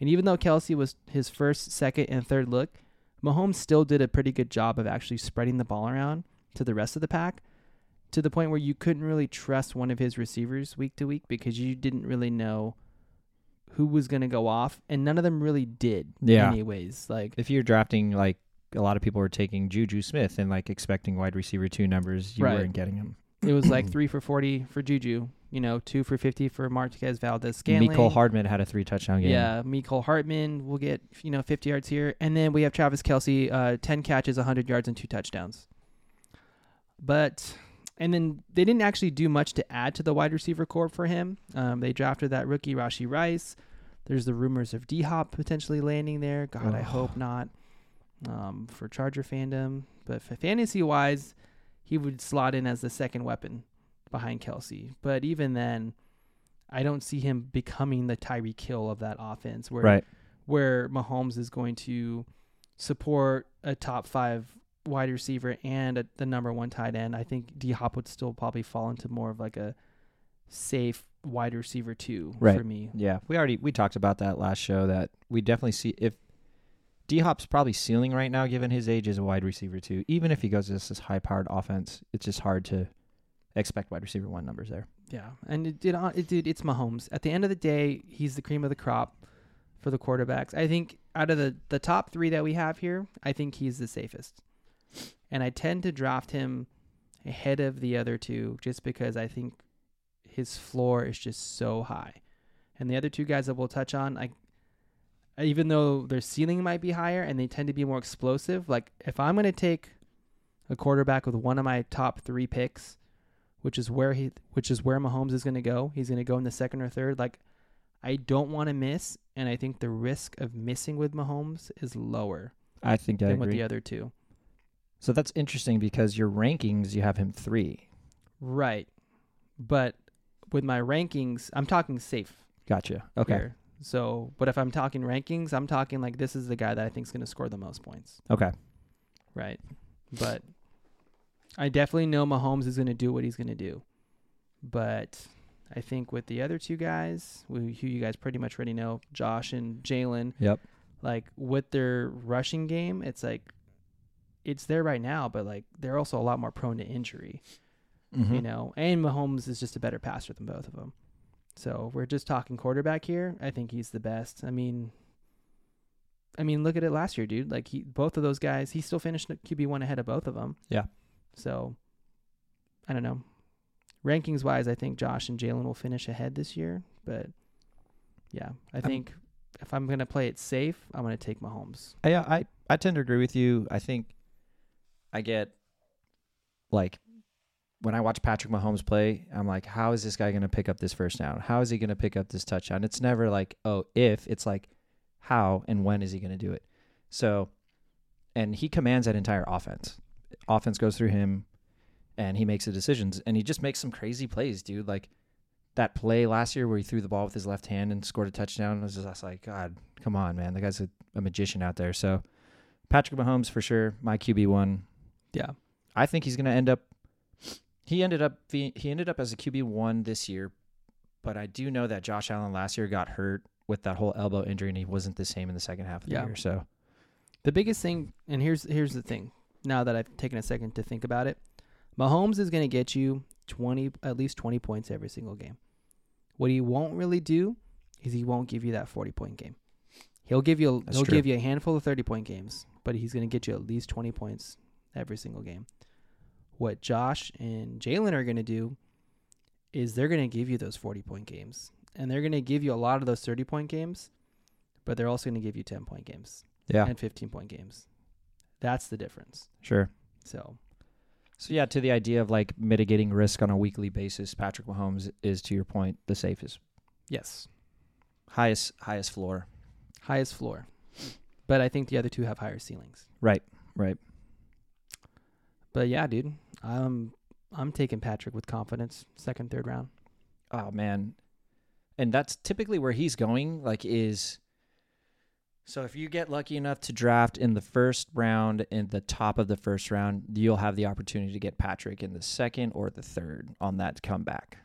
Speaker 1: And even though Kelsey was his first, second, and third look, Mahomes still did a pretty good job of actually spreading the ball around to the rest of the pack to the point where you couldn't really trust one of his receivers week to week because you didn't really know who was going to go off. And none of them really did,
Speaker 2: Yeah.
Speaker 1: anyways. Like,
Speaker 2: If you're drafting like a lot of people are taking Juju Smith and like expecting wide receiver two numbers, you
Speaker 1: Right.
Speaker 2: weren't getting him.
Speaker 1: it was like three for 40 for Juju, you know, two for 50 for Marquez Valdez Scanling.
Speaker 2: Miko Hardman had a three touchdown game.
Speaker 1: Yeah, Mecole Hartman will get you know 50 yards here, and then we have Travis Kelsey, uh, 10 catches, 100 yards, and two touchdowns. But and then they didn't actually do much to add to the wide receiver core for him. Um, they drafted that rookie Rashi Rice. There's the rumors of D Hop potentially landing there. God, I
Speaker 2: Ugh.
Speaker 1: hope not. Um, for Charger fandom, but for fantasy wise, he would slot in as the second weapon behind Kelsey. But even then, I don't see him becoming the Tyree Kill of that offense, where
Speaker 2: Right.
Speaker 1: where Mahomes is going to support a top five wide receiver and a, the number one tight end. I think D Hop would still probably fall into more of like a safe wide receiver two for
Speaker 2: Right.
Speaker 1: me.
Speaker 2: Yeah, we already we talked about that last show. That we definitely see if D Hop's probably ceiling right now, given his age as a wide receiver too. Even if he goes to this high powered offense, it's just hard to expect wide receiver one numbers there.
Speaker 1: Yeah, and it, it, it, dude, it's Mahomes. At the end of the day, he's the cream of the crop for the quarterbacks. I think out of the the top three that we have here, I think he's the safest, and I tend to draft him ahead of the other two just because I think his floor is just so high, and the other two guys that we'll touch on, I. Even though their ceiling might be higher and they tend to be more explosive, like if I'm going to take a quarterback with one of my top three picks, which is where he which is where Mahomes is going to go. He's going to go in the second or third. Like I don't want to miss, and I think the risk of missing with Mahomes is lower
Speaker 2: I think I
Speaker 1: than with
Speaker 2: agree.
Speaker 1: the uh, other two.
Speaker 2: so that's interesting because your rankings you have him three.
Speaker 1: Right. But with my rankings, I'm talking safe
Speaker 2: Gotcha. Okay.
Speaker 1: here. So, but if I'm talking rankings, I'm talking like this is the guy that I think is going to score the most points,
Speaker 2: Okay.
Speaker 1: right? But I definitely know Mahomes is going to do what he's going to do, but I think with the other two guys, who who you guys pretty much already know, Josh and Jalen,
Speaker 2: Yep.
Speaker 1: like with their rushing game, it's like it's there right now, but like they're also a lot more prone to injury,
Speaker 2: Mm-hmm.
Speaker 1: you know. And Mahomes is just a better passer than both of them. So we're just talking quarterback here. I think he's the best. I mean, I mean, look at it last year, dude. Like he, both of those guys, he still finished QB one ahead of both of them.
Speaker 2: Yeah.
Speaker 1: So, I don't know. Rankings wise, I think Josh and Jalen will finish ahead this year. But yeah, I think if I'm gonna play it safe, I'm gonna take Mahomes.
Speaker 2: Yeah, I I tend to agree with you. I think I get like when I watch Patrick Mahomes play, I'm like, how is this guy going to pick up this first down? How is he going to pick up this touchdown? It's never like, oh, if it's like, how and when is he going to do it? So, and he commands that entire offense. Offense goes through him, and he makes the decisions, and he just makes some crazy plays, dude. Like that play last year where he threw the ball with his left hand and scored a touchdown. I was just I was like, God, come on, man. The guy's a, a magician out there. So Patrick Mahomes for sure, my QB one.
Speaker 1: Yeah.
Speaker 2: I think he's going to end up. He ended up be- he ended up as a QB one this year, but I do know that Josh Allen last year got hurt with that whole elbow injury, and he wasn't the same in the second half of the
Speaker 1: Yeah.
Speaker 2: year. So
Speaker 1: The biggest thing, and here's here's the thing. Now that I've taken a second to think about it, Mahomes is going to get you twenty, at least twenty points every single game. What he won't really do is he won't give you that forty point game. He'll give you
Speaker 2: That's
Speaker 1: he'll
Speaker 2: true.
Speaker 1: give you a handful of thirty point games, but he's going to get you at least twenty points every single game. What Josh and Jalen are going to do is they're going to give you those forty point games, and they're going to give you a lot of those thirty point games, but they're also going to give you ten point games
Speaker 2: yeah,
Speaker 1: and 15 point games. That's the difference.
Speaker 2: sure.
Speaker 1: So,
Speaker 2: So yeah, to the idea of like mitigating risk on a weekly basis, Patrick Mahomes is to your point the safest,
Speaker 1: yes,
Speaker 2: highest highest floor.
Speaker 1: highest floor. But I think the other two have higher ceilings.
Speaker 2: Right, right.
Speaker 1: But yeah, dude, I'm I'm taking Patrick with confidence. Second, third round.
Speaker 2: oh man and that's typically where he's going like is so if you get lucky enough to draft in the first round in the top of the first round you'll have the opportunity to get patrick in the second or the third on that comeback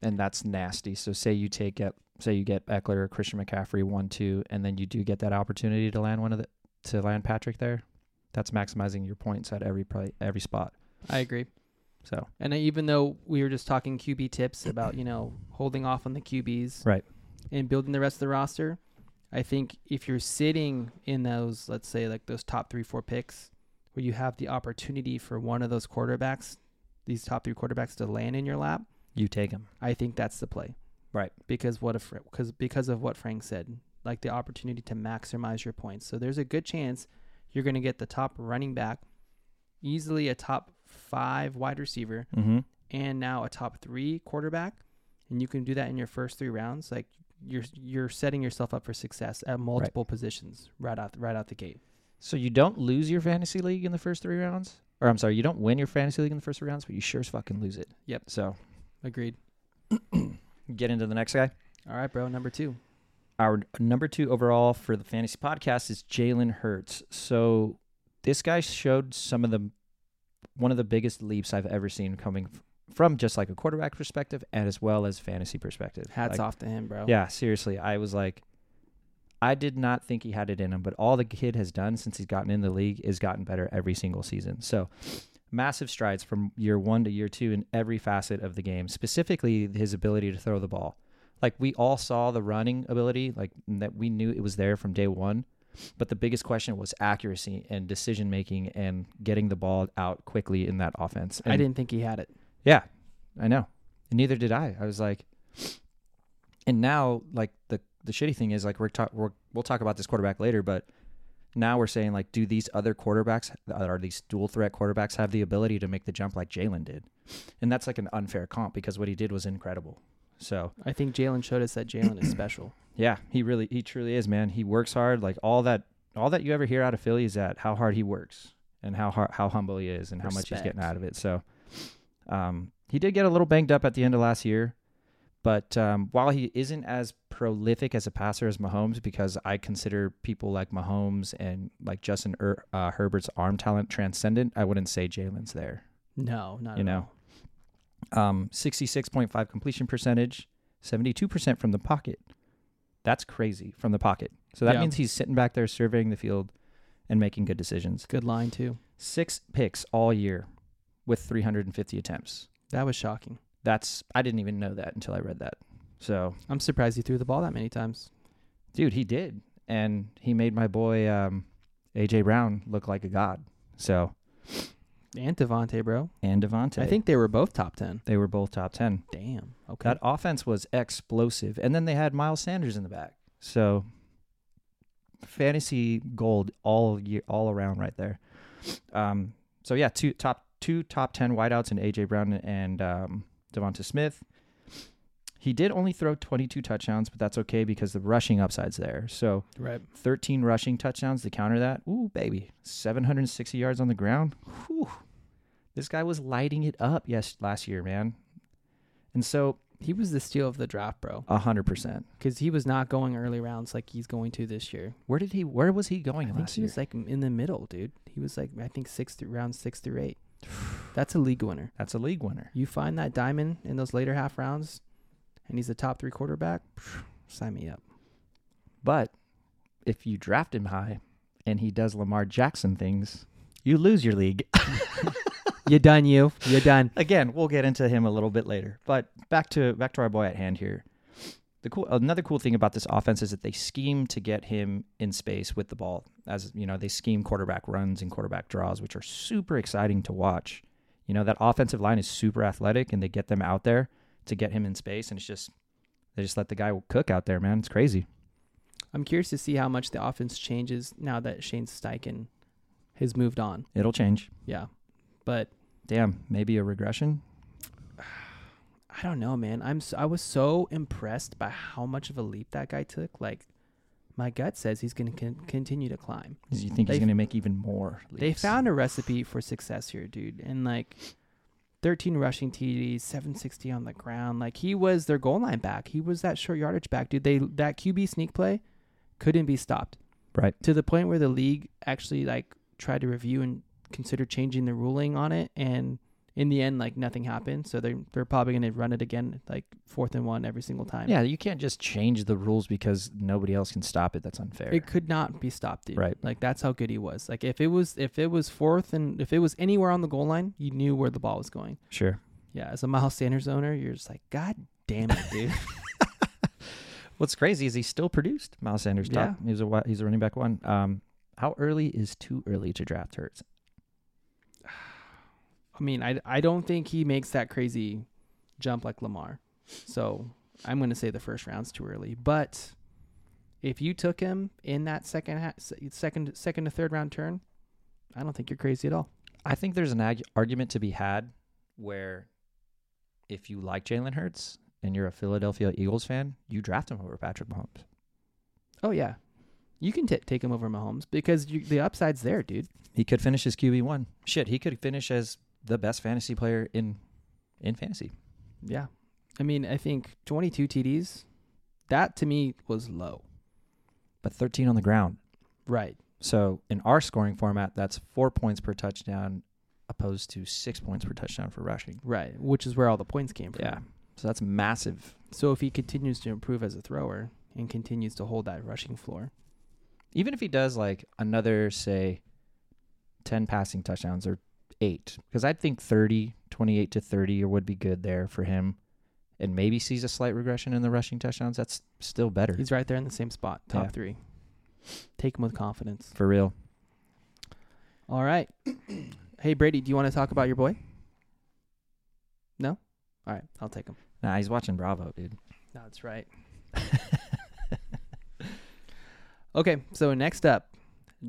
Speaker 2: and that's nasty so say you take it say you get eckler or christian mccaffrey one two and then you do get that opportunity to land one of the to land patrick there that's maximizing your points at every play, every spot
Speaker 1: I agree.
Speaker 2: so
Speaker 1: And I- even though we were just talking QB tips about you know holding off on the QBs,
Speaker 2: Right.
Speaker 1: and building the rest of the roster, I think if you're sitting in those, let's say like those top three, four picks, where you have the opportunity for one of those quarterbacks, these top three quarterbacks to land in your lap.
Speaker 2: you take him
Speaker 1: I think that's the play.
Speaker 2: Right.
Speaker 1: Because what if because because of what Frank said, like the opportunity to maximize your points. So there's a good chance you're going to get the top running back, easily a top 5 wide receiver
Speaker 2: mm-hmm.
Speaker 1: and now a top 3 quarterback and you can do that in your first 3 rounds like you're you're setting yourself up for success at multiple positions right out right out the gate.
Speaker 2: So you don't lose your fantasy league in the first three rounds, or I'm sorry, you don't win your fantasy league in the first three rounds, but you sure as fucking lose it.
Speaker 1: Yep.
Speaker 2: So
Speaker 1: Agreed.
Speaker 2: get into the next guy.
Speaker 1: All right, bro, number 2.
Speaker 2: Our number two overall for the fantasy podcast is Jalen Hurts. So this guy showed some of the one of the biggest leaps I've ever seen coming f- from just like a quarterback perspective and as well as fantasy perspective.
Speaker 1: Hats
Speaker 2: Like,
Speaker 1: off to him, bro.
Speaker 2: Yeah, seriously. I was like, I did not think he had it in him, but all the kid has done since he's gotten in the league is gotten better every single season. So massive strides from year one to year two in every facet of the game, specifically his ability to throw the ball. Like we all saw the running ability, like that we knew it was there from day one. But the biggest question was accuracy and decision making and getting the ball out quickly in that offense.
Speaker 1: I
Speaker 2: And-
Speaker 1: didn't think he had it.
Speaker 2: yeah, I know. And neither did I. I was like, and now like the the shitty thing is like we're talk we're, we'll talk about this quarterback later, but now we're saying like, do these other quarterbacks are these dual threat quarterbacks have the ability to make the jump like Jalen did? And that's like an unfair comp because what he did was incredible. So
Speaker 1: I think Jalen showed us that Jalen is special.
Speaker 2: yeah, he really he truly is man. He works hard. Like all that all that you ever hear out of Philly is that how hard he works and how hard, how humble he is and how much he's
Speaker 1: Respect.
Speaker 2: getting out of it. So um, he did get a little banged up at the end of last year, but um, while he isn't as prolific as a passer as Mahomes, because I consider people like Mahomes and like Justin er- uh, Herbert's arm talent transcendent, I wouldn't say Jalen's there.
Speaker 1: No, not
Speaker 2: you
Speaker 1: at
Speaker 2: know.
Speaker 1: all.
Speaker 2: Um, 66.5 completion percentage, 72% from the pocket. That's crazy from the pocket. So that
Speaker 1: Yeah.
Speaker 2: means he's sitting back there surveying the field and making good decisions.
Speaker 1: Good line too.
Speaker 2: Six picks all year with 350 attempts.
Speaker 1: That was shocking.
Speaker 2: That's I didn't even know that until I read that. So,
Speaker 1: I'm surprised he threw the ball that many times.
Speaker 2: dude, he did and he made my boy um, AJ Brown look like a god. So,
Speaker 1: And Devontae, bro.
Speaker 2: and Devontae.
Speaker 1: I think they were both top ten.
Speaker 2: they were both top 10.
Speaker 1: Damn. Okay.
Speaker 2: That offense was explosive. And then they had Miles Sanders in the back. So fantasy gold all year all around right there. Um so yeah, two top two top 10 wideouts in AJ Brown and um Devonta Smith. He did only throw 22 touchdowns, but that's okay because the rushing upside's there. So
Speaker 1: right.
Speaker 2: 13 rushing touchdowns to counter that. Ooh, baby. 760 yards on the ground. Whew. This guy was lighting it up yes last year, man. And so
Speaker 1: He was the steal of the draft, bro.
Speaker 2: a hundred percent.
Speaker 1: Because he was not going early rounds like he's going to this year.
Speaker 2: Where did he? Where was he
Speaker 1: I
Speaker 2: going
Speaker 1: think
Speaker 2: last
Speaker 1: he was like in the middle, dude. He was like I think six through round six through eight. That's a league winner.
Speaker 2: year? That's a league winner.
Speaker 1: You find that diamond in those later half rounds, and he's a top three quarterback. phew, Sign me up.
Speaker 2: But if you draft him high, and he does Lamar Jackson things, you lose your league.
Speaker 1: you done, you. You done.
Speaker 2: Again, we'll get into him a little bit later. But back to back to our boy at hand here. The cool another cool thing about this offense is that they scheme to get him in space with the ball. As you know, they scheme quarterback runs and quarterback draws, which are super exciting to watch. You know, that offensive line is super athletic and they get them out there to get him in space and it's just they just let the guy cook out there, man. It's crazy.
Speaker 1: I'm curious to see how much the offense changes now that Shane Steichen has moved on.
Speaker 2: It'll change.
Speaker 1: Yeah, but
Speaker 2: Damn, maybe a regression.
Speaker 1: I don't know, man. I'm s I was so impressed by how much of a leap that guy took. Like, my gut says he's going to con- continue to climb.
Speaker 2: 'Cause You think he's
Speaker 1: They-
Speaker 2: going to make even more?
Speaker 1: They
Speaker 2: leaps.
Speaker 1: found a recipe for success here, dude. And like, 13 rushing TDs, 760 on the ground. Like he was their goal line back. He was that short yardage back, dude. They that QB sneak play couldn't be stopped.
Speaker 2: Right.
Speaker 1: To the point where the league actually like tried to review and consider changing the ruling on it and in the end like nothing happened. So they they're probably going to run it again like fourth and one every single time.
Speaker 2: Yeah, you can't just change the rules because nobody else can stop it. That's unfair.
Speaker 1: It could not be stopped, dude.
Speaker 2: Right.
Speaker 1: Like that's how good he was. Like if it was if it was fourth and if it was anywhere on the goal line, you knew where the ball was going.
Speaker 2: sure.
Speaker 1: Yeah, as a Miles Sanders owner, you're just like, God damn it, dude.
Speaker 2: What's crazy is he still produced Miles Sanders. Top. He's a wi- he's a running back one. Um, how early is too early to draft Hurts?
Speaker 1: I mean, I, I don't think he makes that crazy jump like Lamar. So I'm going to say the first round's too early. But if you took him in that second ha- se- second second to third round turn, I don't think you're crazy at all.
Speaker 2: I think there's an ag- argument to be had where if you like Jalen Hurts and you're a Philadelphia Eagles fan, you draft him over Patrick Mahomes.
Speaker 1: Oh yeah, you can t- take him over Mahomes because you, the upside's there, dude.
Speaker 2: He could finish as QB one. Shit, he could finish as the best fantasy player in in fantasy.
Speaker 1: Yeah, I mean, I think 22 TDs, that to me was low.
Speaker 2: But 13 on the ground.
Speaker 1: Right.
Speaker 2: So in our scoring format, that's four points per touchdown opposed to six points per touchdown for rushing.
Speaker 1: Right, which is where all the points came from.
Speaker 2: Yeah. So that's massive.
Speaker 1: So if he continues to improve as a thrower and continues to hold that rushing floor,
Speaker 2: Even if he does like another, say, 10 passing touchdowns or eight, because I'd think 30, 28 to 30 would be good there for him. And maybe sees a slight regression in the rushing touchdowns. That's still better
Speaker 1: he's right there in the same spot, top
Speaker 2: Yeah.
Speaker 1: three. Take him with confidence.
Speaker 2: for real.
Speaker 1: All right. hey Brady, do you want to talk about your boy? No. All right, I'll take him.
Speaker 2: Nah, he's watching Bravo, dude.
Speaker 1: That's right. okay, so next up,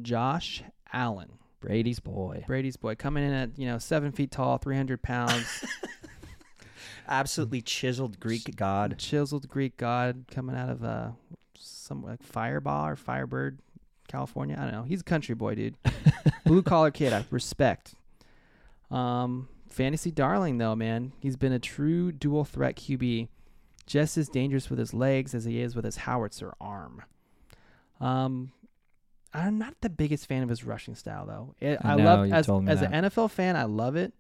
Speaker 1: Josh Allen,
Speaker 2: Brady's boy.
Speaker 1: Brady's boy, Um, coming in at you know seven feet tall, three hundred pounds,
Speaker 2: Absolutely chiseled Greek god.
Speaker 1: chiseled Greek god, coming out of uh some like Fireball or Firebird, California. I don't know. He's a country boy, dude. blue collar kid. I respect. Um, fantasy darling though, man. He's been a true dual threat QB, just as dangerous with his legs as he is with his howitzer arm. Um, I'm not the biggest fan of his rushing style though. It,
Speaker 2: I
Speaker 1: I,
Speaker 2: know,
Speaker 1: love
Speaker 2: you
Speaker 1: as
Speaker 2: told me
Speaker 1: as
Speaker 2: that.
Speaker 1: an NFL fan, I love it.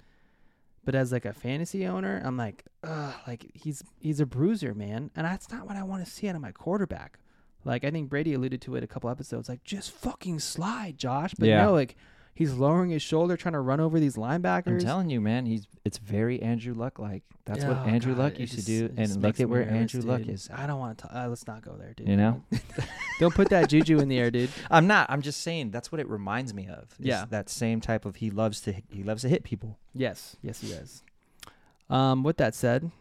Speaker 1: But as like a fantasy owner, I'm like, ugh, like he's he's a bruiser, man, and that's not what I want to see out of my quarterback. Like I think Brady alluded to it a couple episodes, like just fucking slide, Josh. But
Speaker 2: Yeah.
Speaker 1: no, like he's lowering his shoulder, trying to run over these linebackers.
Speaker 2: I'm telling you, man, he's it's very Andrew Luck like. That's what
Speaker 1: Oh,
Speaker 2: Andrew
Speaker 1: God,
Speaker 2: Luck
Speaker 1: it
Speaker 2: used
Speaker 1: just-
Speaker 2: to do,
Speaker 1: just
Speaker 2: and look
Speaker 1: makes
Speaker 2: at
Speaker 1: me
Speaker 2: where
Speaker 1: nervous,
Speaker 2: Andrew Luck
Speaker 1: dude.
Speaker 2: is.
Speaker 1: I don't want to. Uh, let's not go there, dude.
Speaker 2: You know?
Speaker 1: don't put that juju in the air, dude.
Speaker 2: I'm not. I'm just saying that's what it reminds me of. is
Speaker 1: Yeah.
Speaker 2: that same type of he loves to he loves to hit people.
Speaker 1: Yes, yes, he does. Um, with that said,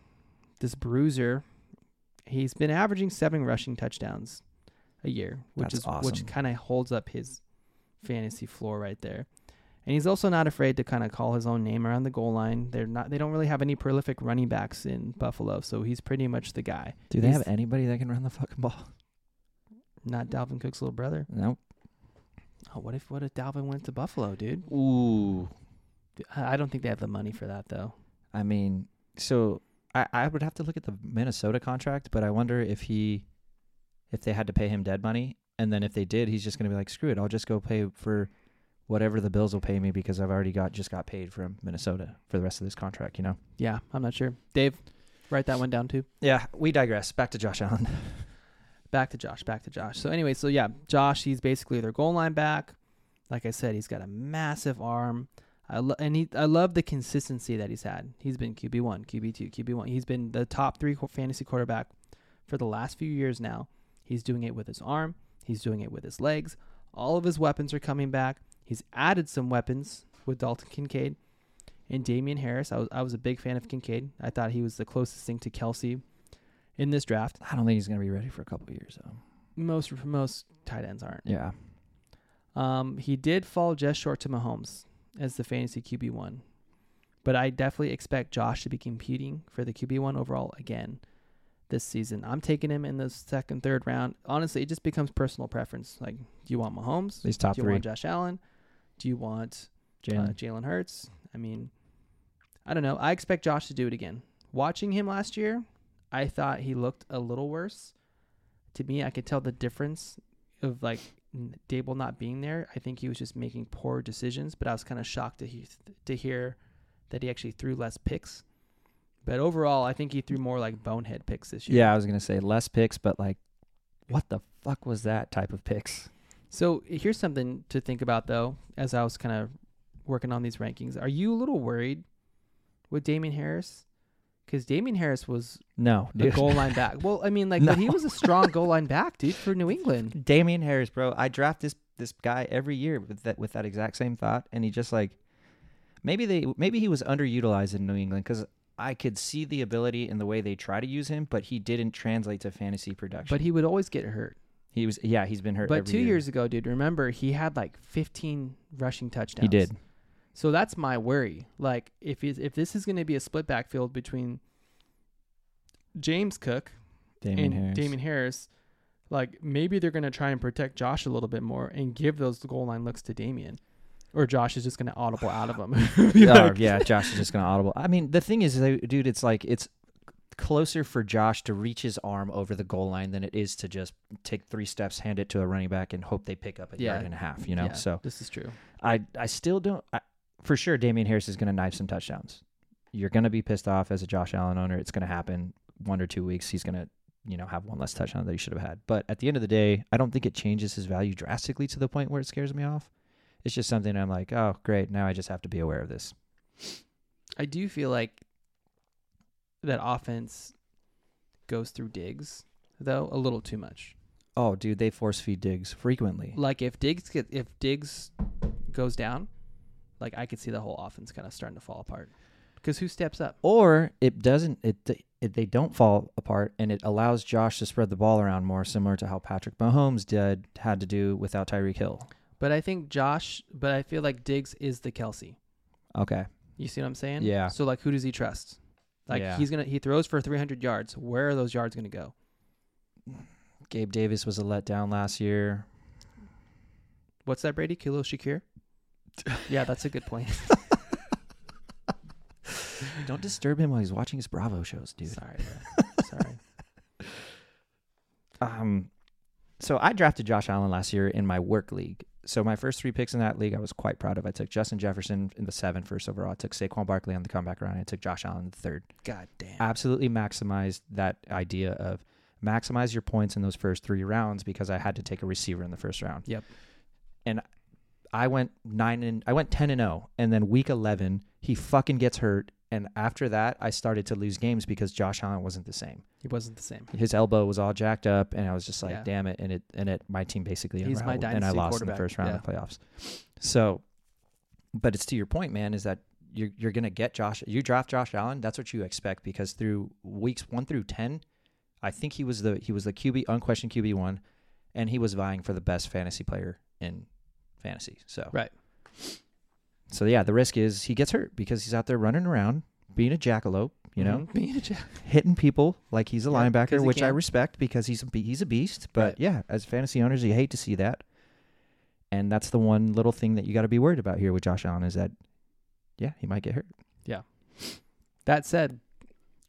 Speaker 1: this bruiser, he's been averaging seven rushing touchdowns a year, which
Speaker 2: That's
Speaker 1: is
Speaker 2: awesome.
Speaker 1: which kind of holds up his fantasy floor right there. And he's also not afraid to kind of call his own name around the goal line. They're not. They don't really have any prolific running backs in Buffalo, so he's pretty much the guy.
Speaker 2: Do they
Speaker 1: He's-
Speaker 2: have anybody that can run the fucking ball?
Speaker 1: Not Dalvin Cook's little brother.
Speaker 2: Nope.
Speaker 1: Oh, what if what if Dalvin went to Buffalo, dude?
Speaker 2: Ooh.
Speaker 1: I I don't think they have the money for that though.
Speaker 2: I mean, so I, I would have to look at the Minnesota contract, but I wonder if he, if they had to pay him dead money, and then if they did, he's just gonna be like, screw it, I'll just go pay for whatever the Bills will pay me because I've already got just got paid from Minnesota for the rest of this contract. You know.
Speaker 1: Yeah, I'm not sure. Dave, write that one down too.
Speaker 2: Yeah, we digress. Back to Josh Allen.
Speaker 1: back to Josh, back to Josh. So anyway, so yeah, Josh, he's basically their goal line back. Like I said, he's got a massive arm. I lo- and he, I love the consistency that he's had. He's been QB one, QB two, QB one. He's been the top three qu- fantasy quarterback for the last few years now. He's doing it with his arm. He's doing it with his legs. All of his weapons are coming back. He's added some weapons with Dalton Kincaid and Damian Harris. I was I was a big fan of Kincaid. I thought he was the closest thing to Kelsey in this draft.
Speaker 2: I don't think he's gonna be ready for a couple of years though.
Speaker 1: Most most tight ends aren't.
Speaker 2: Yeah.
Speaker 1: Um, he did fall just short to Mahomes as the fantasy QB one, but I definitely expect Josh to be competing for the QB one overall again this season. I'm taking him in the second, third round. Honestly, it just becomes personal preference. Like, do you want Mahomes?
Speaker 2: These top
Speaker 1: do you
Speaker 2: three.
Speaker 1: want Josh Allen? Do you want
Speaker 2: Jalen.
Speaker 1: uh, Jalen Hurts. I mean, I don't know. I expect Josh to do it again. Watching him last year, I thought he looked a little worse. To me, I could tell the difference of like n- Dable not being there. I think he was just making poor decisions, but I was kind of shocked to, he, to hear that he actually threw less picks. But overall, I think he threw more like bonehead picks this year.
Speaker 2: yeah, I was gonna say less picks, but like, what the fuck was that type of picks?
Speaker 1: So here's something to think about though, as I was kind of working on these rankings. Are you a little worried with Damien Harris? Because Damien Harris was
Speaker 2: No,
Speaker 1: a
Speaker 2: dude.
Speaker 1: goal line back. Well, I mean, like, but he was a strong goal line back, dude, for New England.
Speaker 2: Damian Harris, bro. I draft this this guy every year with that with that exact same thought, and he just like maybe they maybe he was underutilized in New England because I could see the ability and the way they try to use him, but he didn't translate to fantasy production.
Speaker 1: But he would always get hurt.
Speaker 2: he was yeah, he's been hurt.
Speaker 1: But
Speaker 2: every
Speaker 1: two
Speaker 2: year.
Speaker 1: years ago, dude, remember he had like 15 rushing touchdowns.
Speaker 2: he did.
Speaker 1: So that's my worry. Like, if he's, if this is going to be a split backfield between James Cook
Speaker 2: Damian
Speaker 1: and
Speaker 2: Harris.
Speaker 1: Damon Harris, like maybe they're going to try and protect Josh a little bit more and give those goal line looks to Damien. Or Josh is just going to audible out of him. Be
Speaker 2: Oh,
Speaker 1: like,
Speaker 2: yeah, Josh is just gonna audible. I mean, the thing is, though, dude, it's like it's closer for Josh to reach his arm over the goal line than it is to just take three steps, hand it to a running back, and hope they pick up a
Speaker 1: Yeah.
Speaker 2: yard and a half. You know,
Speaker 1: Yeah,
Speaker 2: so
Speaker 1: this is true.
Speaker 2: I I still don't. I, for sure, Damian Harris is going to knife some touchdowns. You're going to be pissed off as a Josh Allen owner. It's going to happen one or two weeks. He's going to you know have one less touchdown that he should have had. But at the end of the day, I don't think it changes his value drastically to the point where it scares me off. It's just something I'm like, oh great, now I just have to be aware of this.
Speaker 1: I do feel like that offense goes through digs though a little too much.
Speaker 2: Oh dude, they force feed digs frequently.
Speaker 1: Like if digs get if digs goes down, like I could see the whole offense kind of starting to fall apart. Because who steps up?
Speaker 2: Or it doesn't. It, it they don't fall apart, and it allows Josh to spread the ball around more, similar to how Patrick Mahomes did had to do without Tyreek Hill.
Speaker 1: But I think Josh. But I feel like Diggs is the Kelsey.
Speaker 2: Okay,
Speaker 1: You see what I'm saying?
Speaker 2: Yeah.
Speaker 1: So like, who does he trust? Like
Speaker 2: Yeah.
Speaker 1: he's gonna he throws for 300 yards. Where are those yards gonna go?
Speaker 2: Gabe Davis was a letdown last year.
Speaker 1: What's that, Brady? Kilo Shakir? yeah, that's a good point.
Speaker 2: Don't disturb him while he's watching his Bravo shows, dude.
Speaker 1: Sorry, bro. sorry.
Speaker 2: Um, so I drafted Josh Allen last year in my work league, so my first three picks in that league, I was quite proud of. I took Justin Jefferson in the seven first overall. I took Saquon Barkley on the comeback round. I took Josh Allen in the third.
Speaker 1: God damn.
Speaker 2: Absolutely maximized that idea of maximize your points in those first three rounds because I had to take a receiver in the first round.
Speaker 1: Yep.
Speaker 2: And I went nine and I went ten and zero, and then week eleven he fucking gets hurt, and after that I started to lose games because Josh Allen wasn't the same.
Speaker 1: He wasn't the same.
Speaker 2: His elbow was all jacked up, and I was just like,
Speaker 1: Yeah.
Speaker 2: damn it, and it and it my team basically
Speaker 1: He's my
Speaker 2: unraveled, and I
Speaker 1: dynasty
Speaker 2: lost in the
Speaker 1: quarterback,
Speaker 2: first round of the playoffs. So, but it's to your point, man, is that you're you're gonna get Josh. You draft Josh Allen, that's what you expect because through weeks one through ten, I think he was the he was the QB unquestioned QB one, and he was vying for the best fantasy player in fantasy. So
Speaker 1: Right.
Speaker 2: So yeah, the risk is he gets hurt because he's out there running around being a jackalope, you know,
Speaker 1: Mhm. being a jack.
Speaker 2: hitting people like he's a
Speaker 1: Yeah, 'cause
Speaker 2: linebacker,
Speaker 1: he
Speaker 2: which I
Speaker 1: can.
Speaker 2: respect because he's a be- he's a beast. But
Speaker 1: Right.
Speaker 2: yeah, as fantasy owners, you hate to see that, and that's the one little thing that you got to be worried about here with Josh Allen is that, yeah, he might get hurt.
Speaker 1: That said,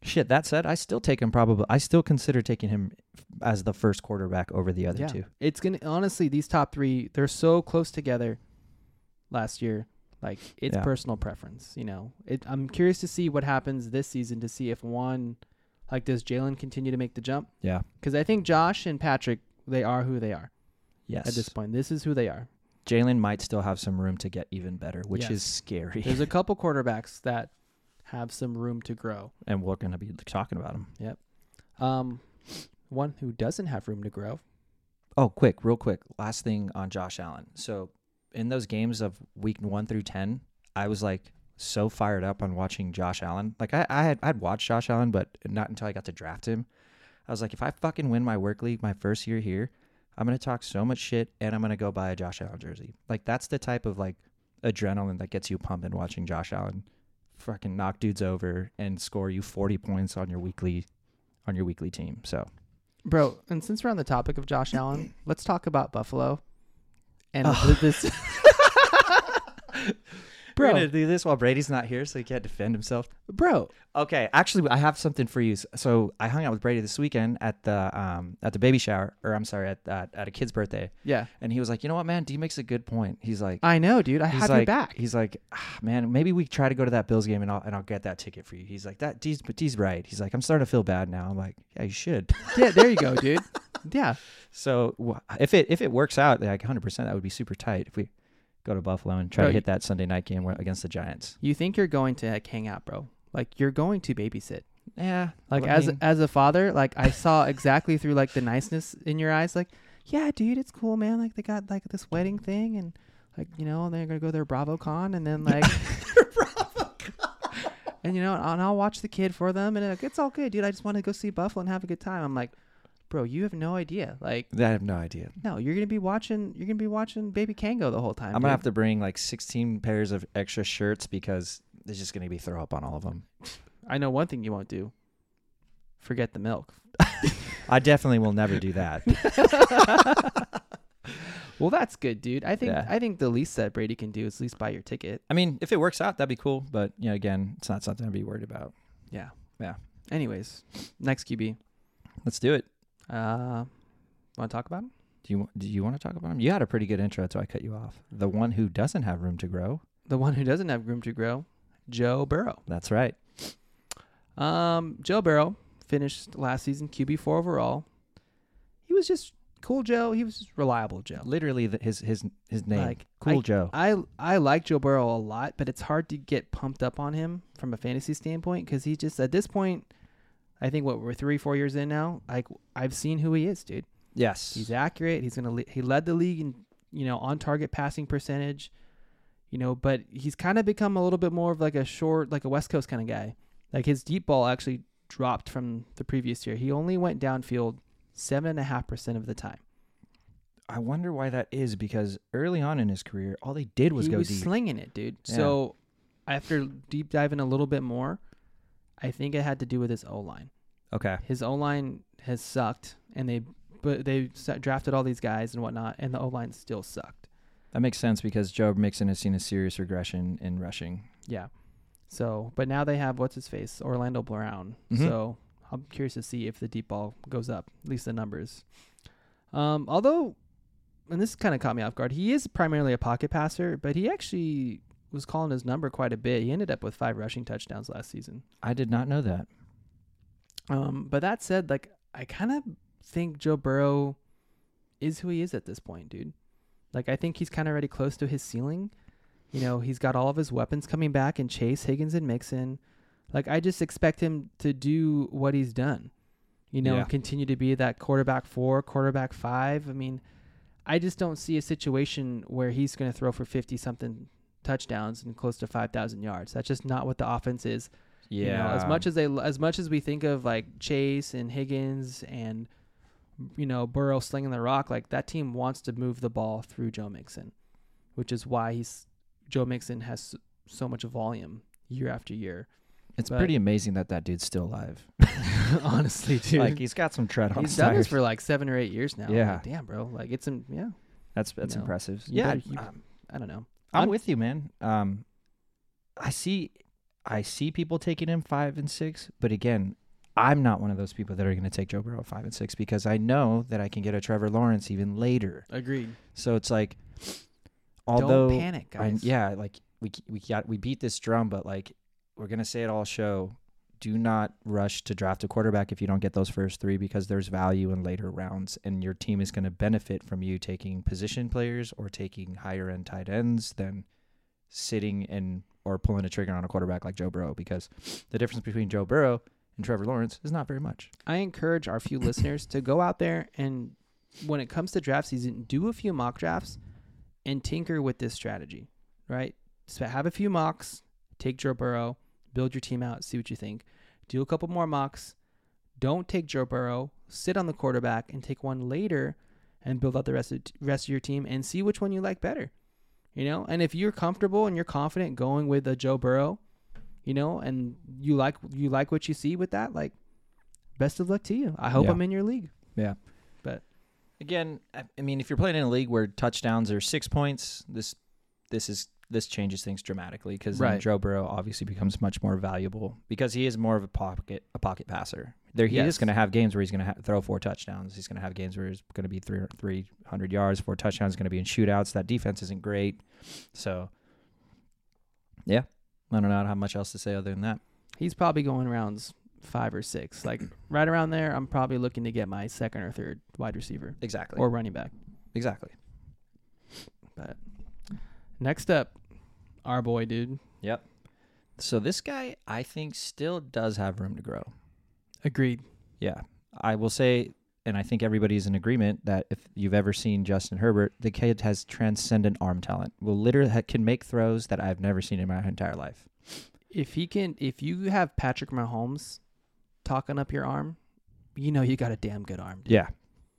Speaker 2: Shit. That said, I still take him probably. I still consider taking him as the first quarterback over the other
Speaker 1: yeah,
Speaker 2: two.
Speaker 1: it's gonna honestly these top three they're so close together. Last year, like it's
Speaker 2: Yeah.
Speaker 1: personal preference. You know, it, I'm curious to see what happens this season to see if one, like, does Jalen continue to make the jump?
Speaker 2: Yeah.
Speaker 1: Because I think Josh and Patrick they are who they are at this
Speaker 2: Yes.
Speaker 1: point. This is who they are.
Speaker 2: Jalen might still have some room to get even better, which
Speaker 1: Yes.
Speaker 2: is scary.
Speaker 1: There's a couple quarterbacks that have some room to grow.
Speaker 2: and we're going to be talking about him.
Speaker 1: Um, one who doesn't have room to grow.
Speaker 2: Oh, quick, real quick. Last thing on Josh Allen. So, in those games of week one through 10, I was like so fired up on watching Josh Allen. Like, I, I had I'd watched Josh Allen, but not until I got to draft him. I was like, if I fucking win my work league my first year here, I'm going to talk so much shit and I'm going to go buy a Josh Allen jersey. Like, that's the type of like adrenaline that gets you pumping watching Josh Allen fucking knock dudes over and score you 40 points on your weekly on your weekly team. So,
Speaker 1: Bro, and since we're on the topic of Josh Allen, let's talk about Buffalo. And
Speaker 2: Oh.
Speaker 1: th- this
Speaker 2: We're
Speaker 1: Bro.
Speaker 2: gonna do this while Brady's not here, so he can't defend himself.
Speaker 1: bro,
Speaker 2: Okay, actually, I have something for you. So I hung out with Brady this weekend at the um at the baby shower, or I'm sorry, at at, at a kid's birthday,
Speaker 1: yeah.
Speaker 2: and he was like, you know what, man, D makes a good point. He's like.
Speaker 1: I know, dude. I
Speaker 2: He's
Speaker 1: have
Speaker 2: like,
Speaker 1: you back.
Speaker 2: He's like, ah, man, maybe we try to go to that Bills game and I'll and I'll get that ticket for you. He's like, that D's but D's right. He's like, I'm starting to feel bad now. I'm like, yeah, you should.
Speaker 1: yeah, there you go, dude. Yeah.
Speaker 2: so wh- if it if it works out, like 100, percent that would be super tight if we go to Buffalo and try
Speaker 1: Bro,
Speaker 2: to
Speaker 1: you-
Speaker 2: hit that Sunday night game against the Giants.
Speaker 1: You think you're going to like, hang out, bro. Like you're going to babysit.
Speaker 2: Yeah,
Speaker 1: Like
Speaker 2: I
Speaker 1: as
Speaker 2: mean-
Speaker 1: as a father, like I saw exactly through like the niceness in your eyes, like, yeah, dude, it's cool, man. Like they got like this wedding thing and like, you know, they're gonna go to their BravoCon and then like and you know, and I'll watch the kid for them, and like, it's all good, dude. I just want to go see Buffalo and have a good time. I'm like, bro, you have no idea. Like,
Speaker 2: I have no idea.
Speaker 1: no, you're gonna be watching, you're gonna be watching Baby Kango the whole time.
Speaker 2: I'm gonna have
Speaker 1: dude.
Speaker 2: to bring like 16 pairs of extra shirts because there's just gonna be throw up on all of them.
Speaker 1: I know one thing you won't do. Forget the milk.
Speaker 2: I definitely will never do that.
Speaker 1: Well, that's good, dude. I think
Speaker 2: Yeah.
Speaker 1: I think the least that Brady can do is at least buy your ticket.
Speaker 2: I mean, if it works out, that'd be cool. But you know, again, it's not something to be worried about.
Speaker 1: Yeah.
Speaker 2: Yeah.
Speaker 1: Anyways, next QB.
Speaker 2: Let's do it.
Speaker 1: Uh, want to talk about him?
Speaker 2: Do you do you want to talk about him? You had a pretty good intro, so I cut you off. The one who doesn't have room to grow.
Speaker 1: The one who doesn't have room to grow, Joe Burrow.
Speaker 2: That's right.
Speaker 1: Um, Joe Burrow finished last season QB four overall. He was just cool, Joe. He was just reliable, Joe.
Speaker 2: Literally, the, his his his name.
Speaker 1: Like,
Speaker 2: cool Joe.
Speaker 1: I I like Joe Burrow a lot, but it's hard to get pumped up on him from a fantasy standpoint because he just at this point, I think what we're three four years in now. Like I've seen who he is, dude.
Speaker 2: yes.
Speaker 1: He's accurate. He's gonna le- he led the league in you know on target passing percentage, you know, but he's kind of become a little bit more of like a short like a West Coast kind of guy. Like his deep ball actually dropped from the previous year. He only went downfield seven and a half percent of the time.
Speaker 2: I wonder why that is because early on in his career, all they did was
Speaker 1: he
Speaker 2: go
Speaker 1: was
Speaker 2: deep.
Speaker 1: slinging it, dude.
Speaker 2: Yeah.
Speaker 1: So after deep diving a little bit more, I think it had to do with his O line.
Speaker 2: okay.
Speaker 1: His O line has sucked, and they but they s- drafted all these guys and whatnot, and the O line still sucked.
Speaker 2: That makes sense because Joe Mixon has seen a serious regression in rushing.
Speaker 1: Yeah. So, but now they have what's his face, Orlando Brown.
Speaker 2: Mhm.
Speaker 1: So I'm curious to see if the deep ball goes up, at least the numbers. Um, although and this kind of caught me off guard. He is primarily a pocket passer, but he actually was calling his number quite a bit. He ended up with five rushing touchdowns last season.
Speaker 2: I did not know that.
Speaker 1: Um, but that said, like I kind of think Joe Burrow is who he is at this point, dude. Like I think he's kind of already close to his ceiling. You know, he's got all of his weapons coming back in Chase, Higgins, and Mixon. Like I just expect him to do what he's done. You know,
Speaker 2: Yeah.
Speaker 1: and continue to be that quarterback four, quarterback five. I mean, I just don't see a situation where he's going to throw for fifty something touchdowns and close to five thousand yards. That's just not what the offense is.
Speaker 2: Yeah.
Speaker 1: You know, as much as they, as much as we think of like Chase and Higgins and you know Burrow slinging the rock, like that team wants to move the ball through Joe Mixon, which is why he's Joe Mixon has so much volume year after year.
Speaker 2: it's
Speaker 1: but-
Speaker 2: pretty amazing that that dude's still alive.
Speaker 1: Honestly, dude,
Speaker 2: Like he's got some tread on
Speaker 1: he's
Speaker 2: his
Speaker 1: done this
Speaker 2: tires.
Speaker 1: for like seven or eight years now. Like,
Speaker 2: Yeah.
Speaker 1: damn, bro, like it's in, yeah,
Speaker 2: That's that's
Speaker 1: No.
Speaker 2: impressive.
Speaker 1: You
Speaker 2: Yeah,
Speaker 1: better- you-
Speaker 2: um,
Speaker 1: I don't know.
Speaker 2: I'm,
Speaker 1: I'm-
Speaker 2: with you, man. Um, I see, I see people taking him five and six, but again, I'm not one of those people that are going to take Joe Burrow five and six because I know that I can get a Trevor Lawrence even later.
Speaker 1: Agreed.
Speaker 2: So it's like, although
Speaker 1: don't panic,
Speaker 2: I'm-
Speaker 1: guys.
Speaker 2: yeah, like we c- we got we beat this drum, but like we're gonna say it all show. Do not rush to draft a quarterback if you don't get those first three because there's value in later rounds, and your team is going to benefit from you taking position players or taking higher end tight ends than sitting and or pulling a trigger on a quarterback like Joe Burrow because the difference between Joe Burrow and Trevor Lawrence is not very much.
Speaker 1: I encourage our few listeners to go out there and when it comes to draft season, do a few mock drafts and tinker with this strategy, right? So have a few mocks, take Joe Burrow, build your team out, see what you think. Do a couple more mocks. Don't take Joe Burrow, sit on the quarterback and take one later and build out the rest of rest of your team and see which one you like better. You know, and if you're comfortable and you're confident going with a Joe Burrow, you know, and you like you like what you see with that, like best of luck to you. I hope
Speaker 2: Yeah.
Speaker 1: I'm in your league.
Speaker 2: Yeah.
Speaker 1: But
Speaker 2: Again, I I mean, if you're playing in a league where touchdowns are six points, this this is this changes things dramatically because
Speaker 1: Right.
Speaker 2: Joe Burrow obviously becomes much more valuable because he is more of a pocket a pocket passer. There, he
Speaker 1: Yes.
Speaker 2: is going to have games where he's going to ha- throw four touchdowns. He's going to have games where he's going to be three three hundred yards, four touchdowns. Going to be in shootouts. That defense isn't great, so yeah, I don't know how much else to say other than that.
Speaker 1: he's probably going rounds five or six. Like right around there, I'm probably looking to get my second or third wide receiver
Speaker 2: Exactly.
Speaker 1: or running back.
Speaker 2: exactly.
Speaker 1: But next up, our boy, dude.
Speaker 2: Yep. So this guy, I think, still does have room to grow.
Speaker 1: Agreed.
Speaker 2: Yeah. I will say, and I think everybody's in agreement that if you've ever seen Justin Herbert, the kid has transcendent arm talent. Will literally ha- can make throws that I've never seen in my entire life.
Speaker 1: If he can, if you have Patrick Mahomes talking up your arm, you know you got a damn good arm. Dude.
Speaker 2: Yeah.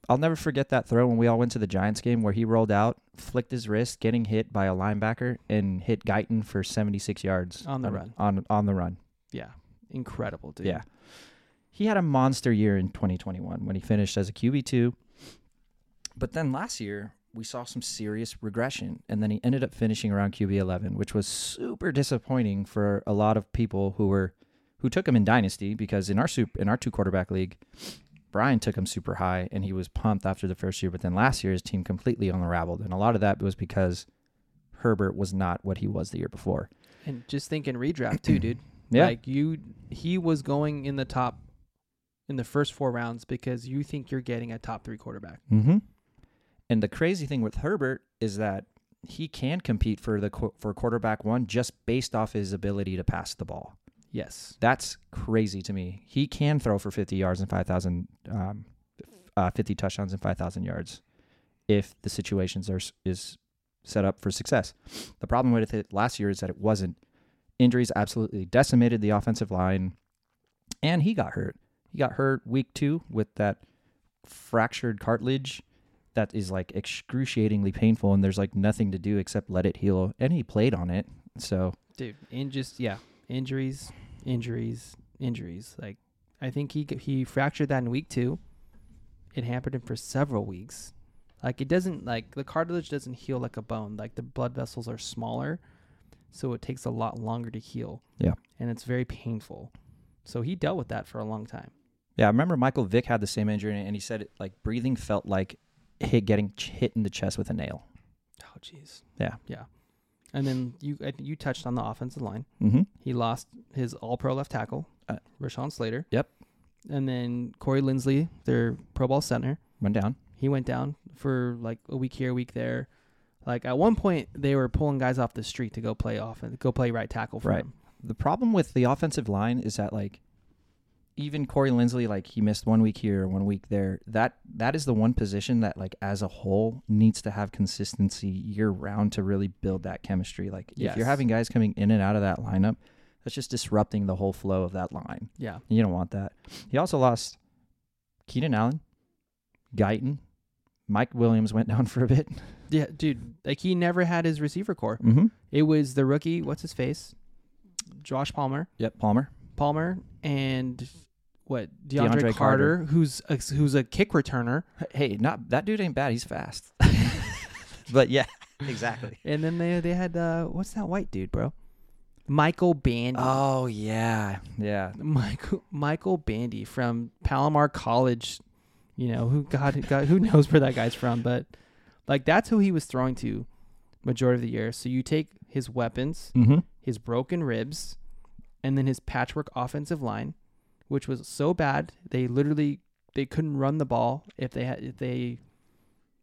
Speaker 2: I'll never forget that throw when we all went to the Giants game where he rolled out, flicked his wrist, getting hit by a linebacker, and hit Guyton for 76 yards
Speaker 1: On the run.
Speaker 2: On on the run.
Speaker 1: Yeah. Incredible, dude.
Speaker 2: Yeah. He had a monster year in 2021 when he finished as a QB2. But then last year, we saw some serious regression. And then he ended up finishing around QB11, which was super disappointing for a lot of people who were who took him in dynasty because in our soup in our two quarterback league, Brian took him super high and he was pumped after the first year, but then last year his team completely unraveled. And a lot of that was because Herbert was not what he was the year before.
Speaker 1: And just thinking redraft too, dude.
Speaker 2: Yeah.
Speaker 1: Like you, he was going in the top in the first four rounds because you think you're getting a top three quarterback.
Speaker 2: Mm-hmm. And the crazy thing with Herbert is that he can compete for the qu- for quarterback one just based off his ability to pass the ball.
Speaker 1: Yes.
Speaker 2: That's crazy to me. He can throw for 50 yards and 5,000, um, uh, 50 touchdowns and 5,000 yards if the situations are s- is set up for success. The problem with it last year is that it wasn't. Injuries absolutely decimated the offensive line, and he got hurt. He got hurt week two with that fractured cartilage that is like excruciatingly painful, and there's like nothing to do except let it heal. And he played on it, so
Speaker 1: dude in just yeah injuries injuries injuries like i think he he fractured that in week two it hampered him for several weeks like it doesn't like the cartilage doesn't heal like a bone like the blood vessels are smaller so it takes a lot longer to heal
Speaker 2: Yeah.
Speaker 1: and it's very painful so he dealt with that for a long time
Speaker 2: Yeah, I remember Michael Vick had the same injury, and he said it, like breathing felt like hit getting ch- hit in the chest with a nail.
Speaker 1: Oh, jeez.
Speaker 2: Yeah.
Speaker 1: Yeah. And then you I think you touched on the offensive line.
Speaker 2: Mm-hmm.
Speaker 1: He lost his All Pro left tackle,
Speaker 2: Uh,
Speaker 1: Rashawn Slater.
Speaker 2: yep.
Speaker 1: And then Corey Lindsley, their Pro Bowl center,
Speaker 2: Went down.
Speaker 1: he went down for like a week here, a week there. Like at one point, they were pulling guys off the street to go play off and go play right tackle for
Speaker 2: Right.
Speaker 1: him.
Speaker 2: The problem with the offensive line is that like even Corey Lindsley, like he missed one week here, one week there. That that is the one position that like as a whole needs to have consistency year round to really build that chemistry. Like if
Speaker 1: Yes.
Speaker 2: you're having guys coming in and out of that lineup, that's just disrupting the whole flow of that line.
Speaker 1: Yeah,
Speaker 2: You don't want that. He also lost Keenan Allen, Guyton, Mike Williams went down for a bit.
Speaker 1: yeah, dude. Like he never had his receiver core.
Speaker 2: Mm-hmm.
Speaker 1: It was the rookie. What's his face? Josh Palmer,
Speaker 2: Yep, Palmer.
Speaker 1: Palmer, and what DeAndre,
Speaker 2: DeAndre
Speaker 1: Carter,
Speaker 2: Carter.
Speaker 1: who's a, who's a kick returner.
Speaker 2: Hey, not that dude ain't bad. He's fast. but yeah, exactly.
Speaker 1: And then they they had uh, what's that white dude, bro? Michael Bandy.
Speaker 2: Oh yeah, yeah.
Speaker 1: Michael Michael Bandy from Palomar College, you know who God, God who knows where that guy's from, but like that's who he was throwing to majority of the year. So you take his weapons,
Speaker 2: Mm-hmm.
Speaker 1: his broken ribs, and then his patchwork offensive line, which was so bad they literally they couldn't run the ball if they had if they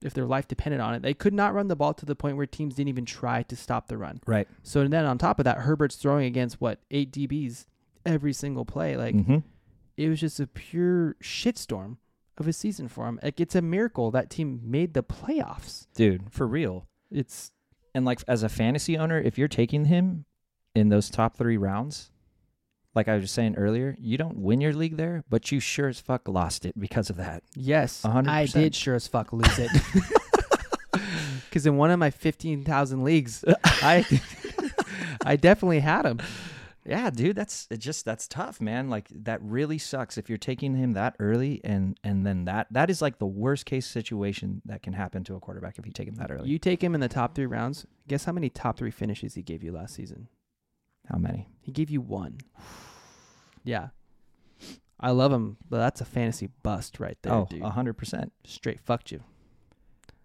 Speaker 1: if their life depended on it. They could not run the ball to the point where teams didn't even try to stop the run.
Speaker 2: Right.
Speaker 1: So then on top of that, Herbert's throwing against what eight DBs every single play. Like
Speaker 2: mm-hmm.
Speaker 1: it was just a pure shitstorm of a season for him. Like it's a miracle that team made the playoffs.
Speaker 2: Dude, for real.
Speaker 1: It's
Speaker 2: And like as a fantasy owner, if you're taking him in those top three rounds, like I was just saying earlier, you don't win your league there, but you sure as fuck lost it because of that.
Speaker 1: yes,
Speaker 2: A hundred
Speaker 1: I
Speaker 2: percent.
Speaker 1: did sure as fuck lose it. Because in one of my fifteen thousand leagues, I I definitely had him.
Speaker 2: Yeah, dude, that's it just that's tough, man. Like that really sucks if you're taking him that early and and then that that is like the worst case situation that can happen to a quarterback if you take him that early.
Speaker 1: You take him in the top three rounds. Guess how many top three finishes he gave you last season?
Speaker 2: How many?
Speaker 1: He gave you one. Yeah. I love him, but that's a fantasy bust right there,
Speaker 2: Oh,
Speaker 1: dude.
Speaker 2: a hundred percent.
Speaker 1: Straight fucked you.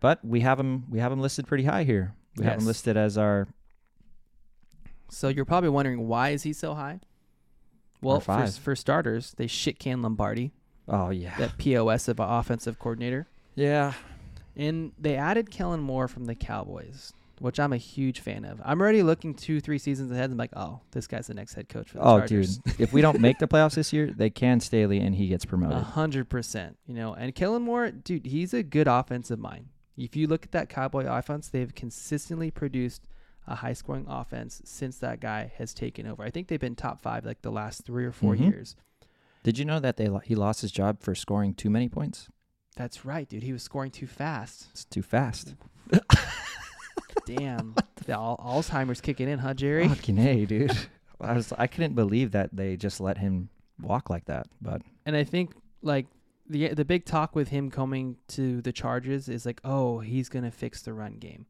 Speaker 2: But we have him we have him listed pretty high here. We have him
Speaker 1: Yes.
Speaker 2: listed as our
Speaker 1: So you're probably wondering why is he so high? Well, for,
Speaker 2: five.
Speaker 1: for starters, they shit can Lombardi,
Speaker 2: oh yeah.
Speaker 1: that POS of an offensive coordinator,
Speaker 2: yeah.
Speaker 1: and they added Kellen Moore from the Cowboys, which I'm a huge fan of. I'm already looking two, three seasons ahead. I'm like, oh, this guy's the next head coach for the
Speaker 2: Oh
Speaker 1: Chargers.
Speaker 2: dude. if we don't make the playoffs this year, they can Staley and he gets
Speaker 1: A
Speaker 2: promoted.
Speaker 1: hundred percent, you know. And Kellen Moore, dude, he's a good offensive mind. If you look at that Cowboy offense, they've consistently produced a high-scoring offense since that guy has taken over. I think they've been top five like the last three or 4
Speaker 2: Mhm.
Speaker 1: years.
Speaker 2: Did you know that they lo- he lost his job for scoring too many points?
Speaker 1: That's right, dude. He was scoring too fast.
Speaker 2: It's too fast.
Speaker 1: Damn. the al- Alzheimer's kicking in, huh, Jerry?
Speaker 2: Fucking A, dude. I was I couldn't believe that they just let him walk like that. But
Speaker 1: And I think like the the big talk with him coming to the Chargers is like, oh, he's gonna fix the run game.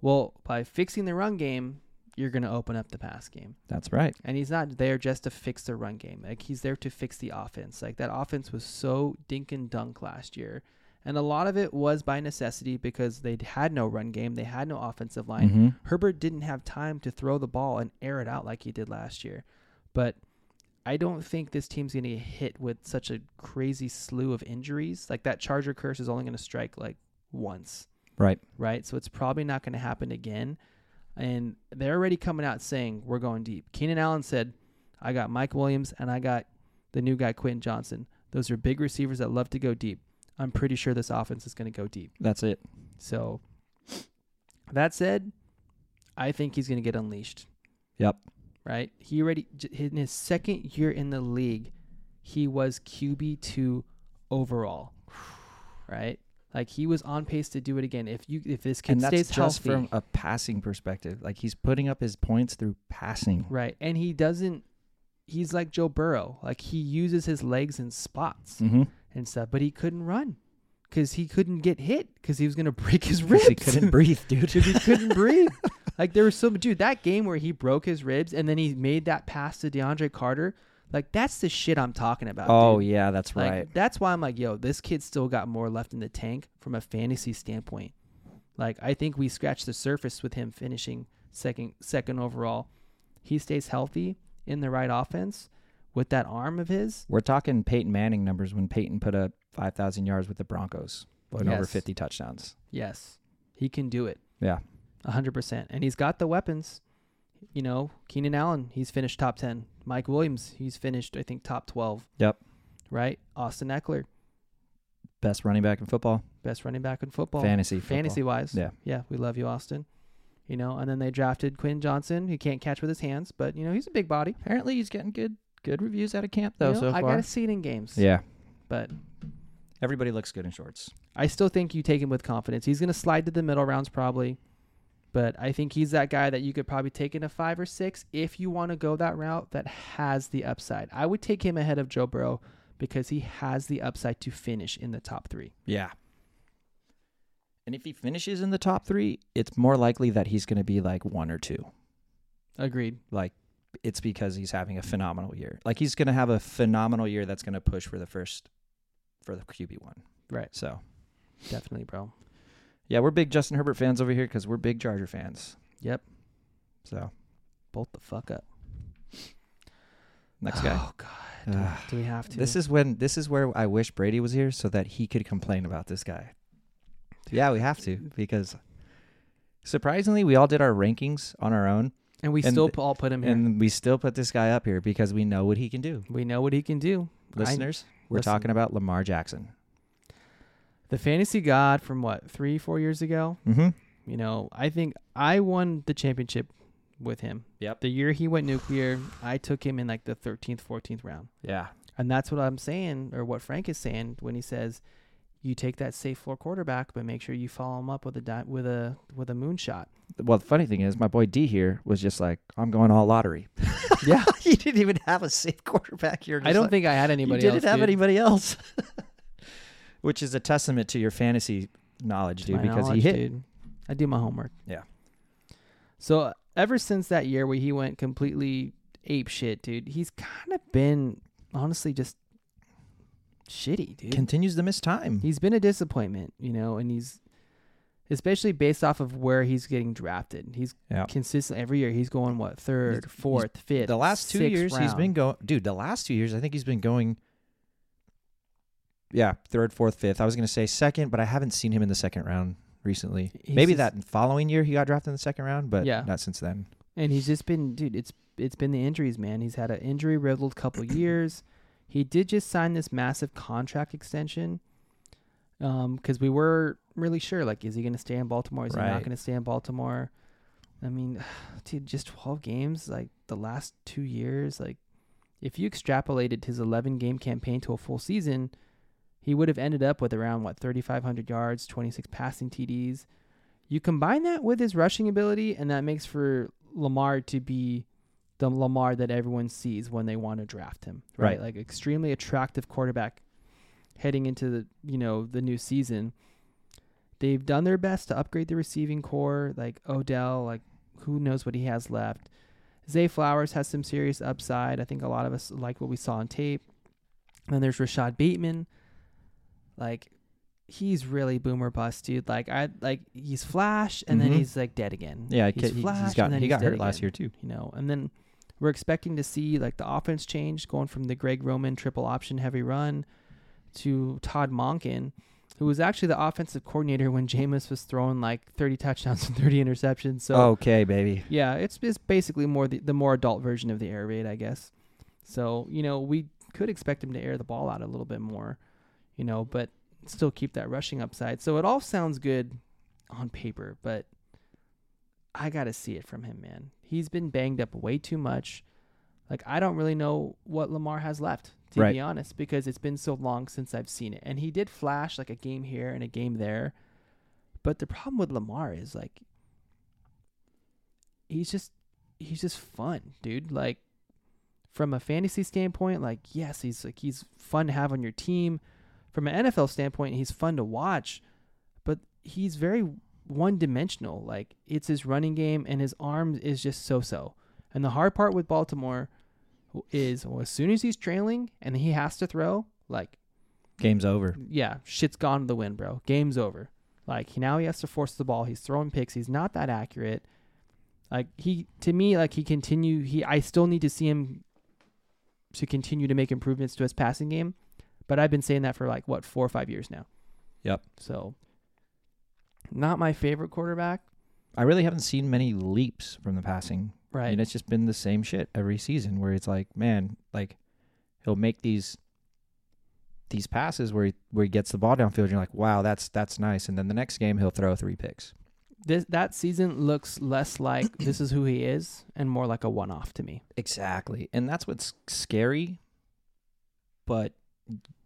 Speaker 1: Well, by fixing the run game, you're gonna open up the pass game.
Speaker 2: that's right.
Speaker 1: And he's not there just to fix the run game. Like he's there to fix the offense. Like that offense was so dink and dunk last year. And a lot of it was by necessity because they had no run game. They had no offensive line.
Speaker 2: Mhm.
Speaker 1: Herbert didn't have time to throw the ball and air it out like he did last year. But I don't think this team's going to get hit with such a crazy slew of injuries. Like that Charger curse is only going to strike like once,
Speaker 2: Right.
Speaker 1: right? So it's probably not going to happen again. And they're already coming out saying, we're going deep. Keenan Allen said, I got Mike Williams and I got the new guy, Quentin Johnson. Those are big receivers that love to go deep. I'm pretty sure this offense is going to go deep.
Speaker 2: That's it.
Speaker 1: So that said, I think he's going to get unleashed.
Speaker 2: Yep.
Speaker 1: Right? He already j- in his second year in the league, he was QB2 overall. Right? Like he was on pace to do it again if you if this kid
Speaker 2: and that's
Speaker 1: stays
Speaker 2: just
Speaker 1: healthy.
Speaker 2: from a passing perspective. Like he's putting up his points through passing.
Speaker 1: right. And he doesn't he's like Joe Burrow. Like he uses his legs in spots
Speaker 2: Mm-hmm.
Speaker 1: and stuff, but he couldn't run cuz he couldn't get hit cuz he was going to break his ribs.
Speaker 2: He couldn't breathe, dude.
Speaker 1: Dude, he couldn't breathe. Like there was some dude that game where he broke his ribs and then he made that pass to DeAndre Carter. Like that's the shit I'm talking about.
Speaker 2: Oh
Speaker 1: dude.
Speaker 2: yeah, that's
Speaker 1: Like
Speaker 2: right.
Speaker 1: that's why I'm like, yo, this kid's still got more left in the tank from a fantasy standpoint. Like I think we scratched the surface with him finishing second second overall. He stays healthy in the right offense with that arm of his.
Speaker 2: We're talking Peyton Manning numbers when Peyton put up five thousand yards with the Broncos and over
Speaker 1: Yes.
Speaker 2: fifty touchdowns.
Speaker 1: Yes. He can do it.
Speaker 2: Yeah.
Speaker 1: 100%. And he's got the weapons. You know, Keenan Allen, he's finished top 10. Mike Williams, he's finished I think top 12.
Speaker 2: Yep.
Speaker 1: Right? Austin Eckler,
Speaker 2: Best running back in football,
Speaker 1: best running back in football.
Speaker 2: fantasy, football.
Speaker 1: fantasy wise.
Speaker 2: Yeah.
Speaker 1: Yeah. We love you, Austin. You know, and then they drafted Quinn Johnson. He can't catch with his hands, but you know, he's a big body.
Speaker 2: Apparently, he's getting good good reviews out of camp
Speaker 1: You
Speaker 2: though.
Speaker 1: know,
Speaker 2: so
Speaker 1: I
Speaker 2: far,
Speaker 1: gotta see it in games.
Speaker 2: yeah,
Speaker 1: But
Speaker 2: everybody looks good in shorts.
Speaker 1: I still think you take him with confidence. He's gonna slide to the middle rounds probably. But I think he's that guy that you could probably take in a five or six if you want to go that route that has the upside. I would take him ahead of Joe Burrow because he has the upside to finish in the top three.
Speaker 2: Yeah. And if he finishes in the top three, it's more likely that he's going to be like one or two.
Speaker 1: Agreed.
Speaker 2: Like, it's because he's having a phenomenal year. Like, he's going to have a phenomenal year that's going to push for the first, for the QB one.
Speaker 1: Right.
Speaker 2: So,
Speaker 1: Definitely, bro.
Speaker 2: yeah, we're big Justin Herbert fans over here because we're big Charger fans.
Speaker 1: Yep.
Speaker 2: So,
Speaker 1: Bolt the fuck up.
Speaker 2: next guy.
Speaker 1: Oh god. Do, we-
Speaker 2: Ugh.
Speaker 1: do we have to?
Speaker 2: This is when, this is where I wish Brady was here so that he could complain about this guy. Yeah, we have to because surprisingly, we all did our rankings on our own.
Speaker 1: And we
Speaker 2: And
Speaker 1: still
Speaker 2: th-
Speaker 1: p- all put him in.
Speaker 2: And we still put this guy up here because we know what he can do.
Speaker 1: We know what he can do. I-
Speaker 2: Listeners, we're
Speaker 1: listen.
Speaker 2: talking about Lamar Jackson.
Speaker 1: the fantasy god from what three, four years ago.
Speaker 2: Mm-hmm.
Speaker 1: You know, I think I won the championship with him.
Speaker 2: Yep.
Speaker 1: The year he went nuclear, I took him in like the 13th, 14th round.
Speaker 2: Yeah.
Speaker 1: And that's what I'm saying, or what Frank is saying when he says, "You take that safe floor quarterback, but make sure you follow him up with a di- with a with a moonshot."
Speaker 2: Well, the funny thing is, my boy D here was just like, "I'm going all lottery."
Speaker 1: Yeah,
Speaker 2: he didn't even have a safe quarterback here.
Speaker 1: I don't think I had
Speaker 2: you
Speaker 1: anybody.
Speaker 2: didn't
Speaker 1: else,
Speaker 2: have
Speaker 1: dude.
Speaker 2: anybody else, which is a testament to your fantasy knowledge,
Speaker 1: to
Speaker 2: dude.
Speaker 1: my
Speaker 2: Because he
Speaker 1: knowledge,
Speaker 2: hit.
Speaker 1: dude. I do my homework.
Speaker 2: Yeah.
Speaker 1: So uh, ever since that year where he went completely ape shit, dude, he's kind of been honestly just shitty, dude.
Speaker 2: Continues to miss time.
Speaker 1: he's been a disappointment, you know, and he's especially based off of where he's getting drafted. He's
Speaker 2: Yeah.
Speaker 1: consistent every year. He's going what third,
Speaker 2: He's- he's-
Speaker 1: fourth, fifth.
Speaker 2: the last two
Speaker 1: sixth
Speaker 2: years he's
Speaker 1: round.
Speaker 2: been going dude the last two years i think he's been going yeah third fourth fifth i was going to say second but i haven't seen him in the second round recently
Speaker 1: He's
Speaker 2: maybe
Speaker 1: just-
Speaker 2: that following year he got drafted in the second round but
Speaker 1: Yeah.
Speaker 2: not since then
Speaker 1: And he's just been, dude. It's it's been the injuries, man. He's had an injury riddled couple years. He did just sign this massive contract extension because we were really sure, like, is he going to stay in Baltimore? Is he not
Speaker 2: Right.
Speaker 1: going to stay in Baltimore? I mean, dude, just twelve games, like the last two years, like if you extrapolated his eleven game campaign to a full season, he would have ended up with around what 3500 yards 26 passing tds you combine that with his rushing ability and that makes for lamar to be the lamar that everyone sees when they want to draft him right,
Speaker 2: Right.
Speaker 1: like extremely attractive quarterback heading into the you know the new season they've done their best to upgrade the receiving core like odell like who knows what he has left zay flowers has some serious upside i think a lot of us like what we saw on tape and then there's rashad bateman like he's really boomer bust, dude. Like I like he's flash and
Speaker 2: Mhm.
Speaker 1: then he's like dead again.
Speaker 2: yeah
Speaker 1: he's
Speaker 2: he,
Speaker 1: flash
Speaker 2: has got
Speaker 1: and then
Speaker 2: he got
Speaker 1: dead
Speaker 2: hurt last
Speaker 1: again,
Speaker 2: year too
Speaker 1: You know, and then we're expecting to see like the offense change going from the Greg Roman triple option heavy run to Todd Monken, who was actually the offensive coordinator when Jameis was throwing like thirty touchdowns and thirty interceptions. So
Speaker 2: okay baby
Speaker 1: yeah, it's it's basically more the, the more adult version of the air raid, I guess. So you know we could expect him to air the ball out a little bit more, you know, but still keep that rushing upside. So it all sounds good on paper, but I gotta see it from him, man. He's been banged up way too much. Like I don't really know what Lamar has left, to
Speaker 2: Right.
Speaker 1: be honest, because it's been so long since I've seen it. And he did flash like a game here and a game there. But the problem with Lamar is like he's just he's just fun, dude. Like from a fantasy standpoint, like yes, he's like he's fun to have on your team. From an NFL standpoint, he's fun to watch, but he's very one dimensional. Like it's his running game and his arm is just so so. And the hard part with Baltimore is well, as soon as he's trailing and he has to throw, like
Speaker 2: Game's over.
Speaker 1: yeah, shit's gone to the wind, bro. Game's over. Like he- now he has to force the ball. He's throwing picks. He's not that accurate. Like he to me, like he continue. He I still need to see him to continue to make improvements to his passing game. But I've been saying that for like what four or five years now.
Speaker 2: Yep.
Speaker 1: So not my favorite quarterback,
Speaker 2: I really haven't seen many leaps from the passing.
Speaker 1: right?
Speaker 2: And it's just been the same shit every season where it's like, man, like he'll make these these passes where he where he gets the ball downfield and you're like, wow, that's that's nice. And then the next game he'll throw three picks.
Speaker 1: this that season looks less like this is who he is and more like a one-off to me.
Speaker 2: Exactly. And that's what's scary, but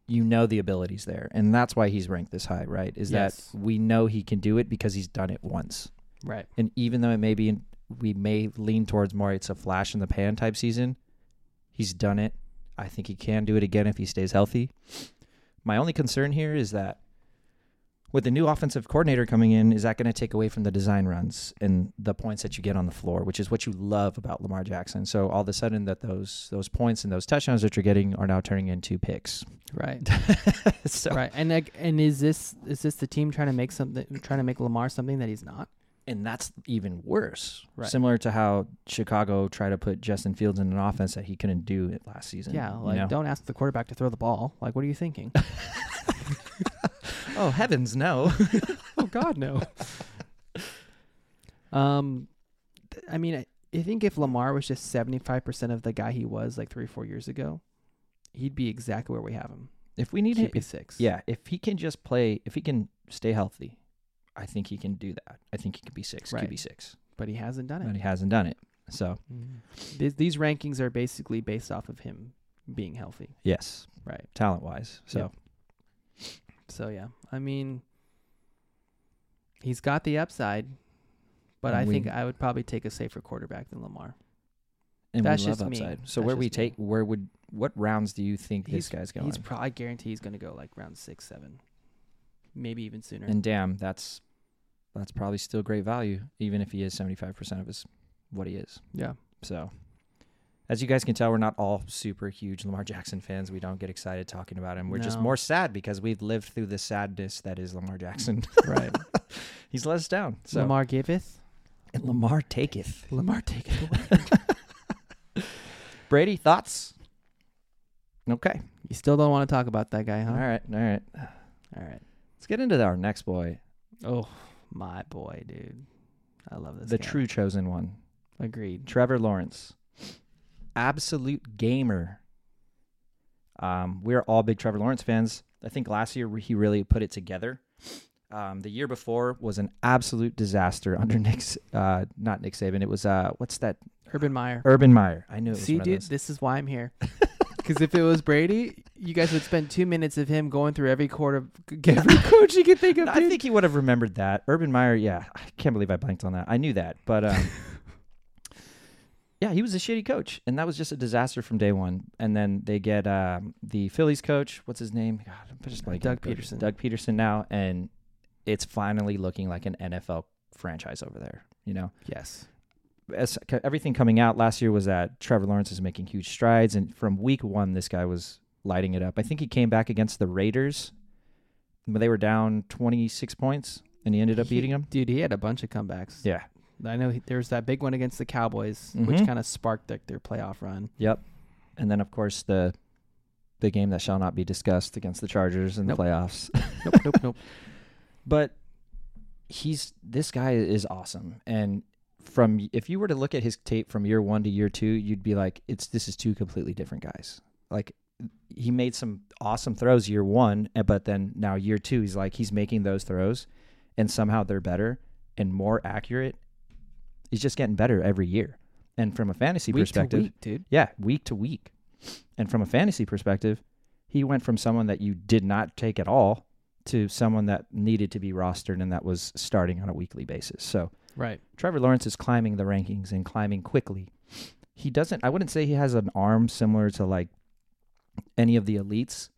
Speaker 2: you know the abilities there. And that's why he's ranked this high, right? Is
Speaker 1: Yes.
Speaker 2: that we know he can do it because he's done it once.
Speaker 1: Right.
Speaker 2: And even though it may be, in, we may lean towards more, it's a flash in the pan type season. He's done it. I think he can do it again if he stays healthy. My only concern here is that with the new offensive coordinator coming in, is that going to take away from the design runs and the points that you get on the floor, which is what you love about Lamar Jackson? So all of a sudden, that those those points and those touchdowns that you're getting are now turning into picks.
Speaker 1: Right.
Speaker 2: so
Speaker 1: Right. And like and is this is this the team trying to make something trying to make Lamar something that he's not?
Speaker 2: and that's even worse.
Speaker 1: Right.
Speaker 2: Similar to how Chicago tried to put Justin Fields in an offense that he couldn't do it last season.
Speaker 1: Yeah,
Speaker 2: you
Speaker 1: like
Speaker 2: know?
Speaker 1: don't ask the quarterback to throw the ball. Like what are you thinking?
Speaker 2: Oh heavens, no!
Speaker 1: oh god, no. um th- I mean, I, I think if Lamar was just 75% of the guy he was like 3 4 years ago, he'd be exactly where we have him.
Speaker 2: if we need him, if,
Speaker 1: QB6.
Speaker 2: yeah, if he can just play, if he can stay healthy, I think he can do that. I think he could be six,
Speaker 1: Right.
Speaker 2: QB six,
Speaker 1: But he hasn't done it. Mm.
Speaker 2: but he hasn't done it. So
Speaker 1: These, these rankings are basically based off of him being healthy.
Speaker 2: yes,
Speaker 1: Right.
Speaker 2: talent wise. So
Speaker 1: Yep. So yeah, I mean, he's got the upside, but
Speaker 2: And
Speaker 1: I
Speaker 2: we-
Speaker 1: think I would probably take a safer quarterback than Lamar.
Speaker 2: and
Speaker 1: That's
Speaker 2: we love
Speaker 1: just me.
Speaker 2: upside. So
Speaker 1: That's
Speaker 2: where we
Speaker 1: just me.
Speaker 2: take, where would what rounds do you think
Speaker 1: He's-
Speaker 2: this guy's going?
Speaker 1: He's probably guaranteed he's going to go like round six, seven, maybe even sooner.
Speaker 2: And damn, that's that's probably still great value, even if he is seventy five percent of his what he is.
Speaker 1: yeah,
Speaker 2: So, as you guys can tell, we're not all super huge Lamar Jackson fans. We don't get excited talking about him. We're just
Speaker 1: No.
Speaker 2: more sad because we've lived through the sadness that is Lamar Jackson.
Speaker 1: right.
Speaker 2: He's let us down. So
Speaker 1: Lamar giveth,
Speaker 2: and Lamar taketh.
Speaker 1: Lamar taketh away.
Speaker 2: Brady, thoughts? Okay.
Speaker 1: you still don't want to talk about that guy, huh?
Speaker 2: All right. All right.
Speaker 1: All right.
Speaker 2: Let's get into our next boy,
Speaker 1: Oh, my boy, dude. I love this.
Speaker 2: the
Speaker 1: guy.
Speaker 2: true chosen one.
Speaker 1: Agreed.
Speaker 2: Trevor Lawrence, absolute gamer. Um, we're all big Trevor Lawrence fans. I think last year he really put it together. Um, the year before was an absolute disaster under Nick's, uh, not Nick Saban. It was uh, what's that?
Speaker 1: Urban Meyer.
Speaker 2: Urban Meyer. I knew it was
Speaker 1: See,
Speaker 2: one
Speaker 1: dude,
Speaker 2: of those.
Speaker 1: this is why I'm here. Because if it was Brady, you guys would spend two minutes of him going through every quarter, every coach you could think of.
Speaker 2: I
Speaker 1: dude.
Speaker 2: think he would have remembered that. Urban Meyer. Yeah, I can't believe I blanked on that. I knew that, but um, yeah, he was a shitty coach, and that was just a disaster from day one. And then they get um, the Phillies coach. What's his name? God, I'm just blanking.
Speaker 1: Doug
Speaker 2: But
Speaker 1: Peterson.
Speaker 2: Doug Peterson now, and it's finally looking like an NFL franchise over there. You know,
Speaker 1: yes,
Speaker 2: as c- everything coming out last year was that Trevor Lawrence is making huge strides, and from week one, this guy was lighting it up. I think he came back against the Raiders, but they were down twenty six points, and he ended up beating them.
Speaker 1: dude, he had a bunch of comebacks.
Speaker 2: Yeah.
Speaker 1: I know he, there was that big one against the Cowboys,
Speaker 2: Mhm.
Speaker 1: which kind of sparked like their playoff run.
Speaker 2: Yep. And then of course the the game that shall not be discussed against the Chargers in
Speaker 1: Nope.
Speaker 2: the playoffs.
Speaker 1: Nope, nope, nope.
Speaker 2: but he's this guy is awesome and from if you were to look at his tape from year 1 to year 2 you'd be like it's this is two completely different guys like he made some awesome throws year 1 eh, but then now year 2 he's like he's making those throws and somehow they're better and more accurate he's just getting better every year and from a fantasy
Speaker 1: Week to
Speaker 2: perspective
Speaker 1: week, dude.
Speaker 2: yeah, week to week. And from a fantasy perspective, he went from someone that you did not take at all to someone that needed to be rostered and that was starting on a weekly basis. So
Speaker 1: Right.
Speaker 2: Trevor Lawrence is climbing the rankings and climbing quickly. He doesn't, I wouldn't say he has an arm similar to like any of the elites,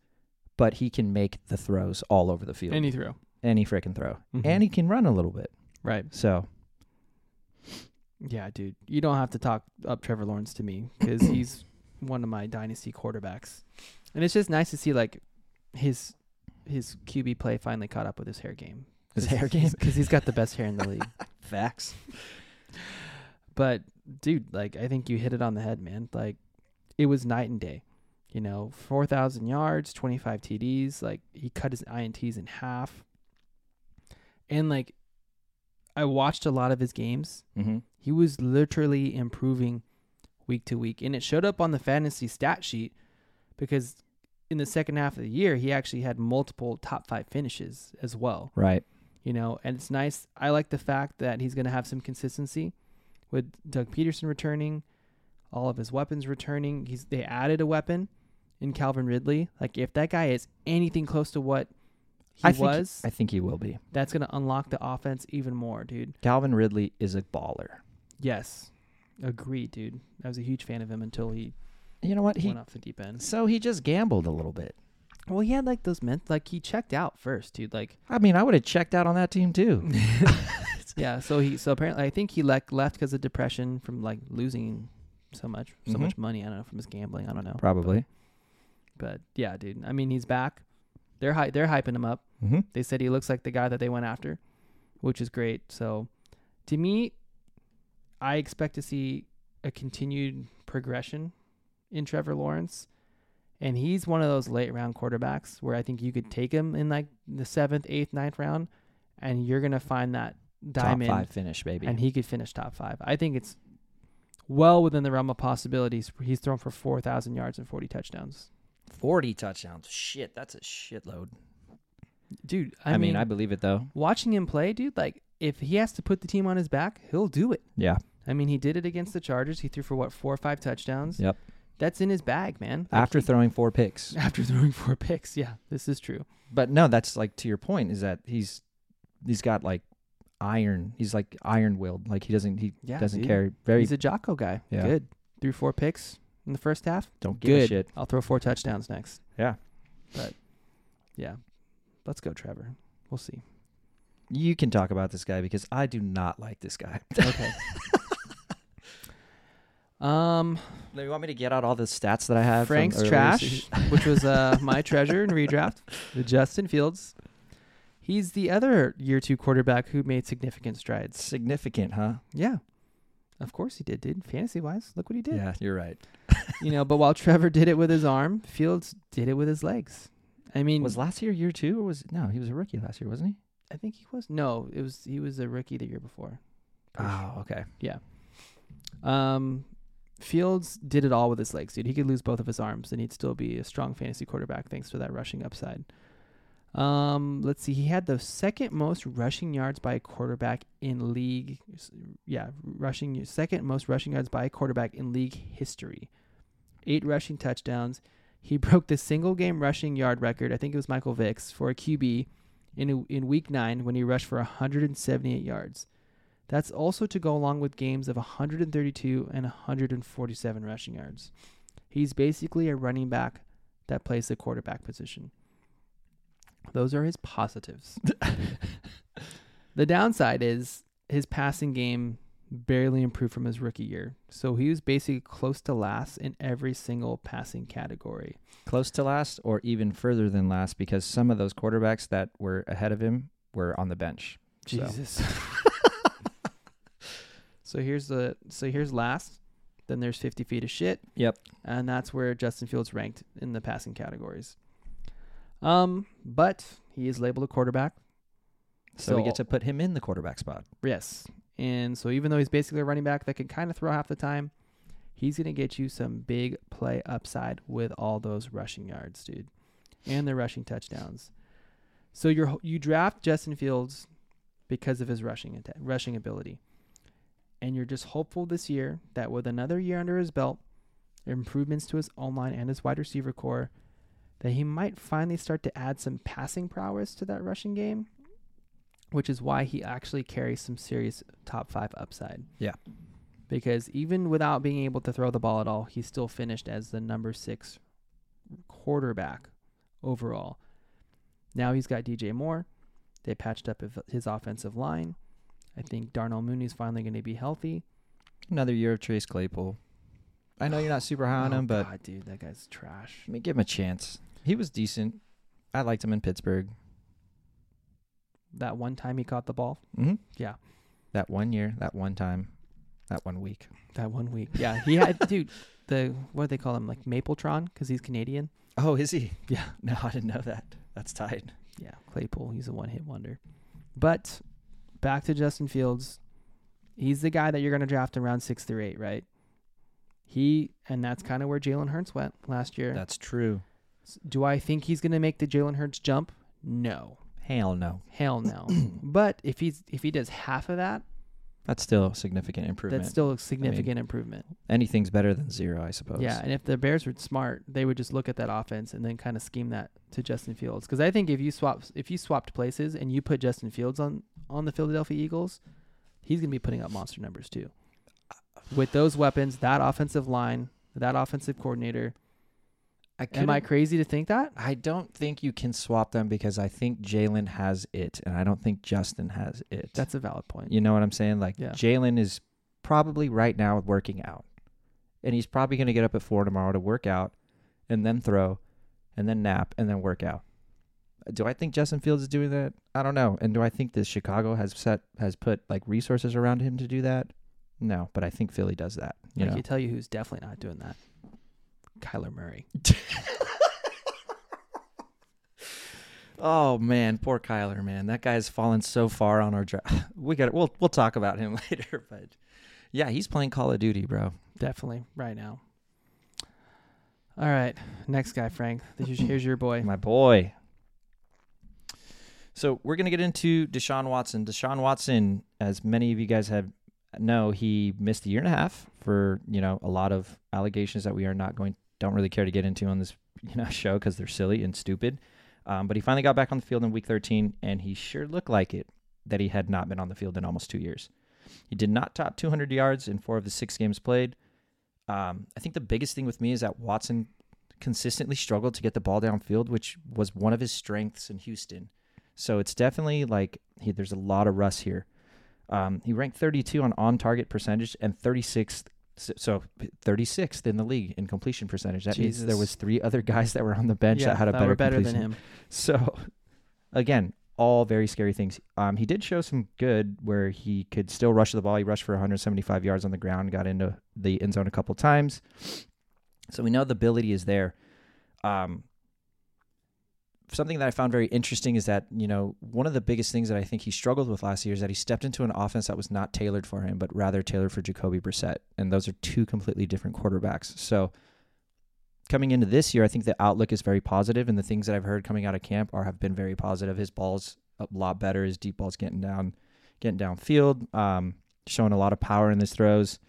Speaker 2: but he can make the throws all over the field.
Speaker 1: Any throw.
Speaker 2: any freaking throw.
Speaker 1: Mhm.
Speaker 2: And he can run a little bit.
Speaker 1: Right.
Speaker 2: So
Speaker 1: Yeah, dude. You don't have to talk up Trevor Lawrence to me because he's one of my dynasty quarterbacks, and it's just nice to see like his his QB play finally caught up with his hair game.
Speaker 2: His
Speaker 1: Cause-
Speaker 2: hair game?
Speaker 1: cause he's got the best hair in the league.
Speaker 2: Facts.
Speaker 1: But dude, like I think you hit it on the head, man. Like it was night and day. You know, four thousand yards, twenty five TDs. Like he cut his ints in half. And like, I watched a lot of his games.
Speaker 2: Mm-hmm.
Speaker 1: He was literally improving week to week, and it showed up on the fantasy stat sheet because in the second half of the year, he actually had multiple top five finishes as well
Speaker 2: Right.
Speaker 1: you know, and it's nice. I like the fact that he's going to have some consistency with Doug Peterson returning, all of his weapons returning. He's they added a weapon in Calvin Ridley. Like if that guy is anything close to what he
Speaker 2: I think-
Speaker 1: was,
Speaker 2: I think he will be.
Speaker 1: that's going to unlock the offense even more, dude.
Speaker 2: Calvin Ridley is a baller.
Speaker 1: Yes. Agreed, dude. I was a huge fan of him until he,
Speaker 2: You know what? He
Speaker 1: went off the deep end.
Speaker 2: so he just gambled a little bit.
Speaker 1: Well, he had like those men like he checked out first, dude. Like
Speaker 2: I mean, I would have checked out on that team too.
Speaker 1: yeah, so he so apparently I think he left left because of depression from like losing so much so
Speaker 2: Mhm.
Speaker 1: much money. I don't know from his gambling. I don't know,
Speaker 2: Probably.
Speaker 1: but yeah, dude. I mean, he's back. They're hy- they're hyping him up.
Speaker 2: Mm-hmm.
Speaker 1: They said he looks like the guy that they went after, which is great. So, to me, I expect to see a continued progression in Trevor Lawrence, and he's one of those late round quarterbacks where I think you could take him in like the seventh, eighth, ninth round, and you're gonna find that
Speaker 2: Top
Speaker 1: diamond
Speaker 2: five finish, baby.
Speaker 1: and he could finish top five. I think it's well within the realm of possibilities. He's thrown for four thousand yards and forty touchdowns,
Speaker 2: Forty touchdowns. Shit, that's a shitload.
Speaker 1: dude. I,
Speaker 2: I,
Speaker 1: mean,
Speaker 2: mean, I believe it though.
Speaker 1: watching him play, dude. Like, if he has to put the team on his back, he'll do it.
Speaker 2: Yeah.
Speaker 1: I mean, he did it against the Chargers. He threw for what four or five touchdowns.
Speaker 2: Yep.
Speaker 1: that's in his bag, man. Like,
Speaker 2: After
Speaker 1: he-
Speaker 2: throwing four picks.
Speaker 1: after throwing four picks, yeah, this is true.
Speaker 2: But no, that's like to your point is that he's he's got like iron. He's like iron willed. Like he doesn't he
Speaker 1: Yeah,
Speaker 2: doesn't
Speaker 1: dude.
Speaker 2: care. Very
Speaker 1: He's a Jocko guy.
Speaker 2: Yeah.
Speaker 1: Good. Threw four picks in the first half.
Speaker 2: don't give
Speaker 1: Good.
Speaker 2: a shit.
Speaker 1: I'll throw four touchdowns next.
Speaker 2: Yeah.
Speaker 1: But yeah. Let's go, Trevor. We'll see.
Speaker 2: You can talk about this guy because I do not like this guy.
Speaker 1: Okay. um
Speaker 2: Now, you want me to get out all the stats that I have? from
Speaker 1: Frank's
Speaker 2: earlier
Speaker 1: trash,
Speaker 2: season?
Speaker 1: which was uh, my treasure in redraft, the Justin Fields. He's the other year two quarterback who made significant
Speaker 2: It's
Speaker 1: strides.
Speaker 2: significant, huh?
Speaker 1: Yeah. Of course he did, dude. Fantasy wise, look what he did.
Speaker 2: Yeah, you're right.
Speaker 1: You know, but while Trevor did it with his arm, Fields did it with his legs. I mean,
Speaker 2: Was last year year two or was no? He was a rookie last year, wasn't he?
Speaker 1: I think he was no, it was he was a rookie the year before. Pretty
Speaker 2: Oh, okay.
Speaker 1: Um, Fields did it all with his legs, dude. He could lose both of his arms, and he'd still be a strong fantasy quarterback thanks to that rushing upside. Um, let's see. He had the second most rushing yards by a quarterback in league. s- Yeah, rushing second most rushing yards by a quarterback in league history. Eight rushing touchdowns. He broke the single game rushing yard record. I think it was Michael Vick's for a QB in a, in week nine when he rushed for 178 yards. That's also to go along with games of 132 and 147 rushing yards. He's basically a running back that plays the quarterback position. Those are his positives. the downside is his passing game barely improved from his rookie year. So he was basically close to last in every single passing category.
Speaker 2: Close to last, or even further than last, because some of those quarterbacks that were ahead of him were on the bench. So-
Speaker 1: Jesus. so here's the so here's last. Then there's 50 feet of shit.
Speaker 2: Yep.
Speaker 1: And that's where Justin Fields ranked in the passing categories. Um, but he is labeled a quarterback.
Speaker 2: So, we
Speaker 1: So-
Speaker 2: get to put him in the quarterback spot.
Speaker 1: Yes. And so even though he's basically a running back that can kind of throw half the time, he's going to get you some big play upside with all those rushing yards, dude. And the rushing touchdowns. So you are you draft Justin Fields because of his rushing atta- rushing ability. And you're just hopeful this year that with another year under his belt, improvements to his online and his wide receiver core, that he might finally start to add some passing prowess to that rushing game which is why he actually carries some serious top five upside.
Speaker 2: Yeah.
Speaker 1: Because even without being able to throw the ball at all, he still finished as the number six quarterback overall. Now he's got DJ Moore. They patched up his- his offensive line. I think Darnell Mooney's finally going to be healthy.
Speaker 2: Another year of Chase Claypool. I know you're not super high on
Speaker 1: Oh,
Speaker 2: him, but
Speaker 1: God, dude, that guy's trash.
Speaker 2: I mean, give him a chance. He was decent. I liked him in Pittsburgh.
Speaker 1: That one time he caught the ball.
Speaker 2: Mm-hmm.
Speaker 1: Yeah.
Speaker 2: That one year, that one time, that one week.
Speaker 1: That one week. Yeah, he had dude. The what do they call him? Like Mapletron, because he's Canadian.
Speaker 2: Oh, is he?
Speaker 1: Yeah.
Speaker 2: No, I didn't know that. That's tight.
Speaker 1: Yeah, Claypool. He's a one-hit wonder. But back to Justin Fields. He's the guy that you're going to draft in round six through eight, right? He and that's kind of where Jalen Hurts went last year.
Speaker 2: That's true.
Speaker 1: S- Do I think he's going to make the Jalen Hurts jump? No,
Speaker 2: Hell no.
Speaker 1: hell no. but if he's if he does half of that,
Speaker 2: That's still a significant improvement.
Speaker 1: that's still a significant improvement.
Speaker 2: Anything's better than zero, I suppose.
Speaker 1: Yeah, and if the Bears were smart, they would just look at that offense and then kind of scheme that to Justin Fields. Because I think if you swap if you swapped places and you put Justin Fields on on the Philadelphia Eagles, he's gonna be putting up monster numbers too. With those weapons, that offensive line, that offensive coordinator.
Speaker 2: I
Speaker 1: Am I
Speaker 2: couldn't-
Speaker 1: crazy to think that?
Speaker 2: I don't think you can swap them because I think Jalen has it, and I don't think Justin has it.
Speaker 1: That's a valid point.
Speaker 2: You know what I'm saying? Like
Speaker 1: Yeah.
Speaker 2: Jalen is probably right now working out, and he's probably going to get up at four tomorrow to work out, and then throw, and then nap, and then work out. Do I think Justin Fields is doing that? I don't know. And do I think that Chicago has set has put like resources around him to do that? No, but I think Philly does that. You
Speaker 1: I
Speaker 2: know?
Speaker 1: can tell you who's definitely not doing that. Kyler Murray.
Speaker 2: oh man, poor Kyler, man. That guy's fallen so far on our draft. We got we'll we'll talk about him later, but yeah, he's playing Call of Duty, bro.
Speaker 1: Definitely right now. All right, next guy, Frank. This is, here's your boy.
Speaker 2: My boy. So we're gonna get into Deshaun Watson. Deshaun Watson, as many of you guys have know, he missed a year and a half for you know a lot of allegations that we are not going, don't really care to get into on this you know show because they're silly and stupid. Um, but he finally got back on the field in Week 13, and he sure looked like it that he had not been on the field in almost two years. He did not top 200 yards in four of the six games played. Um, I think the biggest thing with me is that Watson consistently struggled to get the ball downfield, which was one of his strengths in Houston. So it's definitely like he, there's a lot of rust here. Um, he ranked 32 on on target percentage and 36th, s- so 36th in the league in completion percentage. That means there
Speaker 1: Jesus.
Speaker 2: was three other guys that were on the bench that had a
Speaker 1: that
Speaker 2: better
Speaker 1: were better than
Speaker 2: completion.
Speaker 1: him.
Speaker 2: So, again, all very scary things. Um, he did show some good where he could still rush the ball. He rushed for 175 yards on the ground, got into the end zone a couple times. So we know the ability is there. Um, something that I found very interesting is that you know one of the biggest things that I think he struggled with last year is that he stepped into an offense that was not tailored for him, but rather tailored for Jacoby Brissett, and those are two completely different quarterbacks. So coming into this year, I think the outlook is very positive, and the things that I've heard coming out of camp are have been very positive. His balls a lot better. His deep balls getting down, getting downfield, um, showing a lot of power in his throws,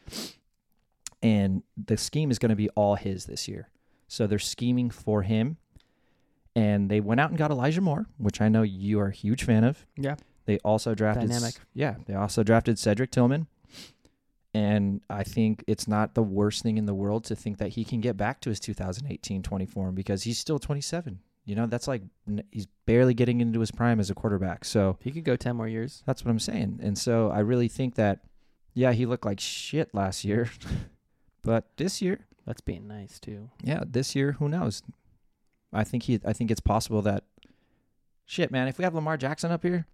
Speaker 2: and the scheme is going to be all his this year. So they're scheming for him, and they went out and got Elijah Moore, which I know you are a huge fan of.
Speaker 1: Yeah.
Speaker 2: They also drafted
Speaker 1: Dynamic.
Speaker 2: Yeah, they also drafted Cedric Tillman. And I think it's not the worst thing in the world to think that he can get back to his 2018 20 form because he's still 27. You know, that's like n- he's barely getting into his prime as a quarterback. So
Speaker 1: He could go ten more years.
Speaker 2: that's what I'm saying. And so I really think that, yeah, he looked like shit last year. but this year,
Speaker 1: That's being nice too.
Speaker 2: yeah, this year, who knows? I think he. I think it's possible that. Shit, man! If we have Lamar Jackson up here,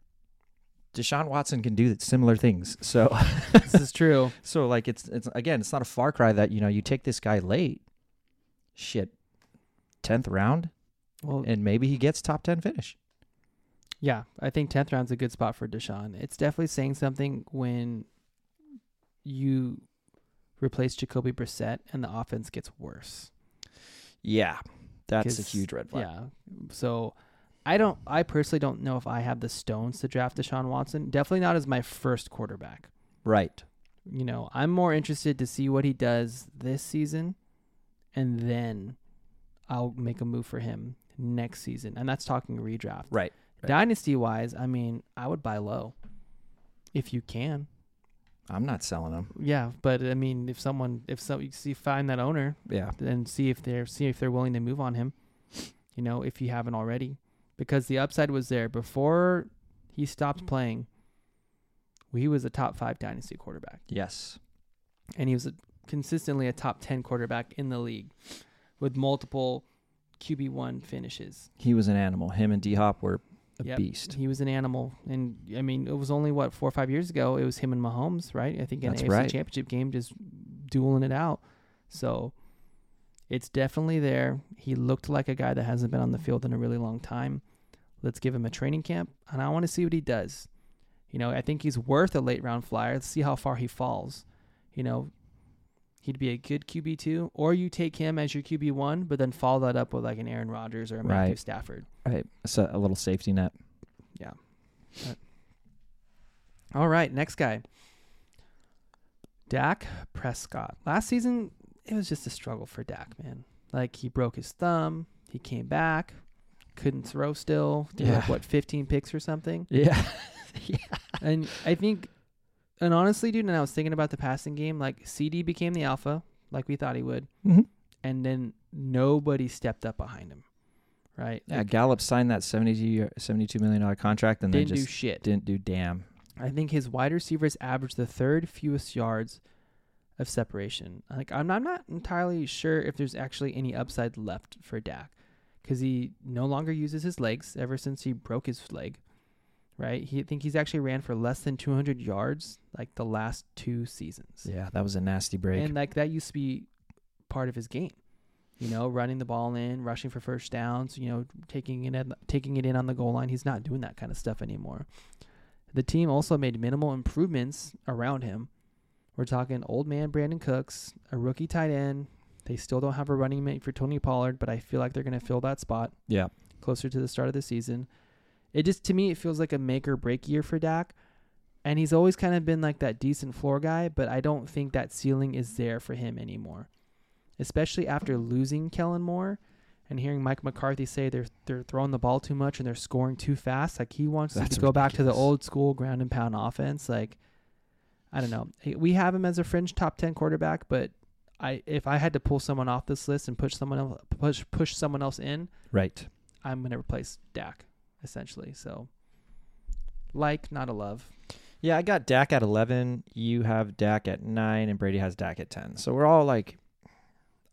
Speaker 2: Deshaun Watson can do similar things. So,
Speaker 1: this is true.
Speaker 2: so like it's it's again, it's not a far cry that you know you take this guy late. Shit, tenth round,
Speaker 1: Well,
Speaker 2: and maybe he gets top ten finish.
Speaker 1: yeah, I think tenth round's a good spot for Deshaun. It's definitely saying something when you replace Jacoby Brissett and the offense gets worse.
Speaker 2: Yeah, that's a
Speaker 1: 'Cause-
Speaker 2: huge red flag.
Speaker 1: Yeah. So I don't. I personally don't know if I have the stones to draft Deshaun Watson. Definitely not as my first quarterback.
Speaker 2: Right.
Speaker 1: You know, I'm more interested to see what he does this season, and then I'll make a move for him next season. And that's talking redraft.
Speaker 2: Right. Right.
Speaker 1: Dynasty wise, I mean, I would buy low if you can.
Speaker 2: I'm not selling him.
Speaker 1: Yeah, but I mean, if someone, if so, you see, find that owner
Speaker 2: Yeah.
Speaker 1: and see if they're see if they're willing to move on him. You know, if you haven't already, because the upside was there before he stopped playing. He was a top five dynasty quarterback,
Speaker 2: Yes.
Speaker 1: and he was a consistently a top 10 quarterback in the league with multiple QB1 finishes.
Speaker 2: He was an animal. Him and D Hop were a
Speaker 1: Yep.
Speaker 2: beast.
Speaker 1: He was an animal. And I mean, it was only what, four or five years ago, it was him and Mahomes, right? I think in
Speaker 2: That's
Speaker 1: an AFC
Speaker 2: right.
Speaker 1: championship game, just dueling it out. So it's definitely there. He looked like a guy that hasn't been on the field in a really long time. Let's give him a training camp, and I want to see what he does. You know, I think he's worth a late round flyer. Let's see how far he falls. You know, he'd be a good QB two, or you take him as your QB one, but then follow that up with like an Aaron Rodgers or a Matthew
Speaker 2: Right.
Speaker 1: Stafford.
Speaker 2: Right. So a little safety net.
Speaker 1: All right, next guy. Dak Prescott. Last season, it was just a struggle for Dak, man. Like he broke his thumb, he came back, couldn't throw still, did like
Speaker 2: Yeah.
Speaker 1: what, 15 picks or something.
Speaker 2: Yeah.
Speaker 1: And I think and honestly, dude, and I was thinking about the passing game, like CD became the alpha like we thought he would,
Speaker 2: hmm
Speaker 1: and then nobody stepped up behind him. Right?
Speaker 2: Yeah.
Speaker 1: Like,
Speaker 2: Gallup signed that 72 year, 72 million dollar contract and
Speaker 1: didn't
Speaker 2: then
Speaker 1: do
Speaker 2: just
Speaker 1: shit.
Speaker 2: didn't do damn.
Speaker 1: I think his wide receivers averaged the third fewest yards of separation. Like I'm, I'm not entirely sure if there's actually any upside left for Dak because he no longer uses his legs ever since he broke his leg. Right? He I think he's actually ran for less than 200 yards like the last two seasons,
Speaker 2: Yeah, that was a nasty break.
Speaker 1: and like that used to be part of his game. You know, running the ball in, rushing for first downs. You know, taking it in, taking it in on the goal line. He's not doing that kind of stuff anymore. The team also made minimal improvements around him. We're talking old man Brandon Cooks, a rookie tight end. They still don't have a running mate for Tony Pollard, but I feel like they're going to fill that spot
Speaker 2: yeah.
Speaker 1: closer to the start of the season. It just to me it feels like a make or break year for Dak. And he's always kind of been like that decent floor guy, but I don't think that ceiling is there for him anymore. Especially after losing Kellen Moore and hearing Mike McCarthy say they're they're throwing the ball too much and they're scoring too fast. Like he wants them
Speaker 2: That's
Speaker 1: to go back to the
Speaker 2: ridiculous.
Speaker 1: old school ground and pound offense. Like I don't know. We have him as a fringe top ten quarterback, but I if I had to pull someone off this list and push someone else push push someone else in,
Speaker 2: Right.
Speaker 1: I'm gonna replace Dak essentially. So like, not a love.
Speaker 2: Yeah, I got Dak at 11. You have Dak at 9 and Brady has Dak at 10. So we're all like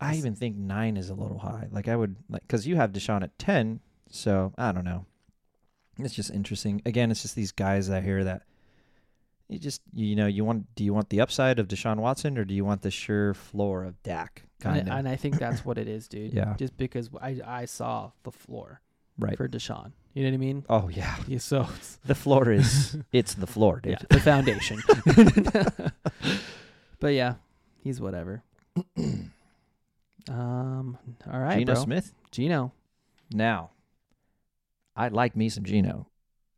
Speaker 2: I
Speaker 1: Yes.
Speaker 2: even think 9 is a little high. Like I would like cuz you have Deshaun at 10, so I don't know. It's just interesting. Again, it's just these guys that I hear that you just you know, you want do you want the upside of Deshaun Watson or do you want the sure floor of Dak
Speaker 1: And,
Speaker 2: kind
Speaker 1: I-
Speaker 2: of?
Speaker 1: and I think that's what it is, dude.
Speaker 2: Yeah.
Speaker 1: Just because I I saw the floor
Speaker 2: Right.
Speaker 1: for Deshaun. You know what I mean?
Speaker 2: Oh yeah.
Speaker 1: Yeah, so
Speaker 2: The floor is it's the floor, dude.
Speaker 1: yeah, the foundation. but yeah, he's whatever. um. All right,
Speaker 2: Geno
Speaker 1: bro.
Speaker 2: Smith.
Speaker 1: Gino.
Speaker 2: Now, I like me some Gino.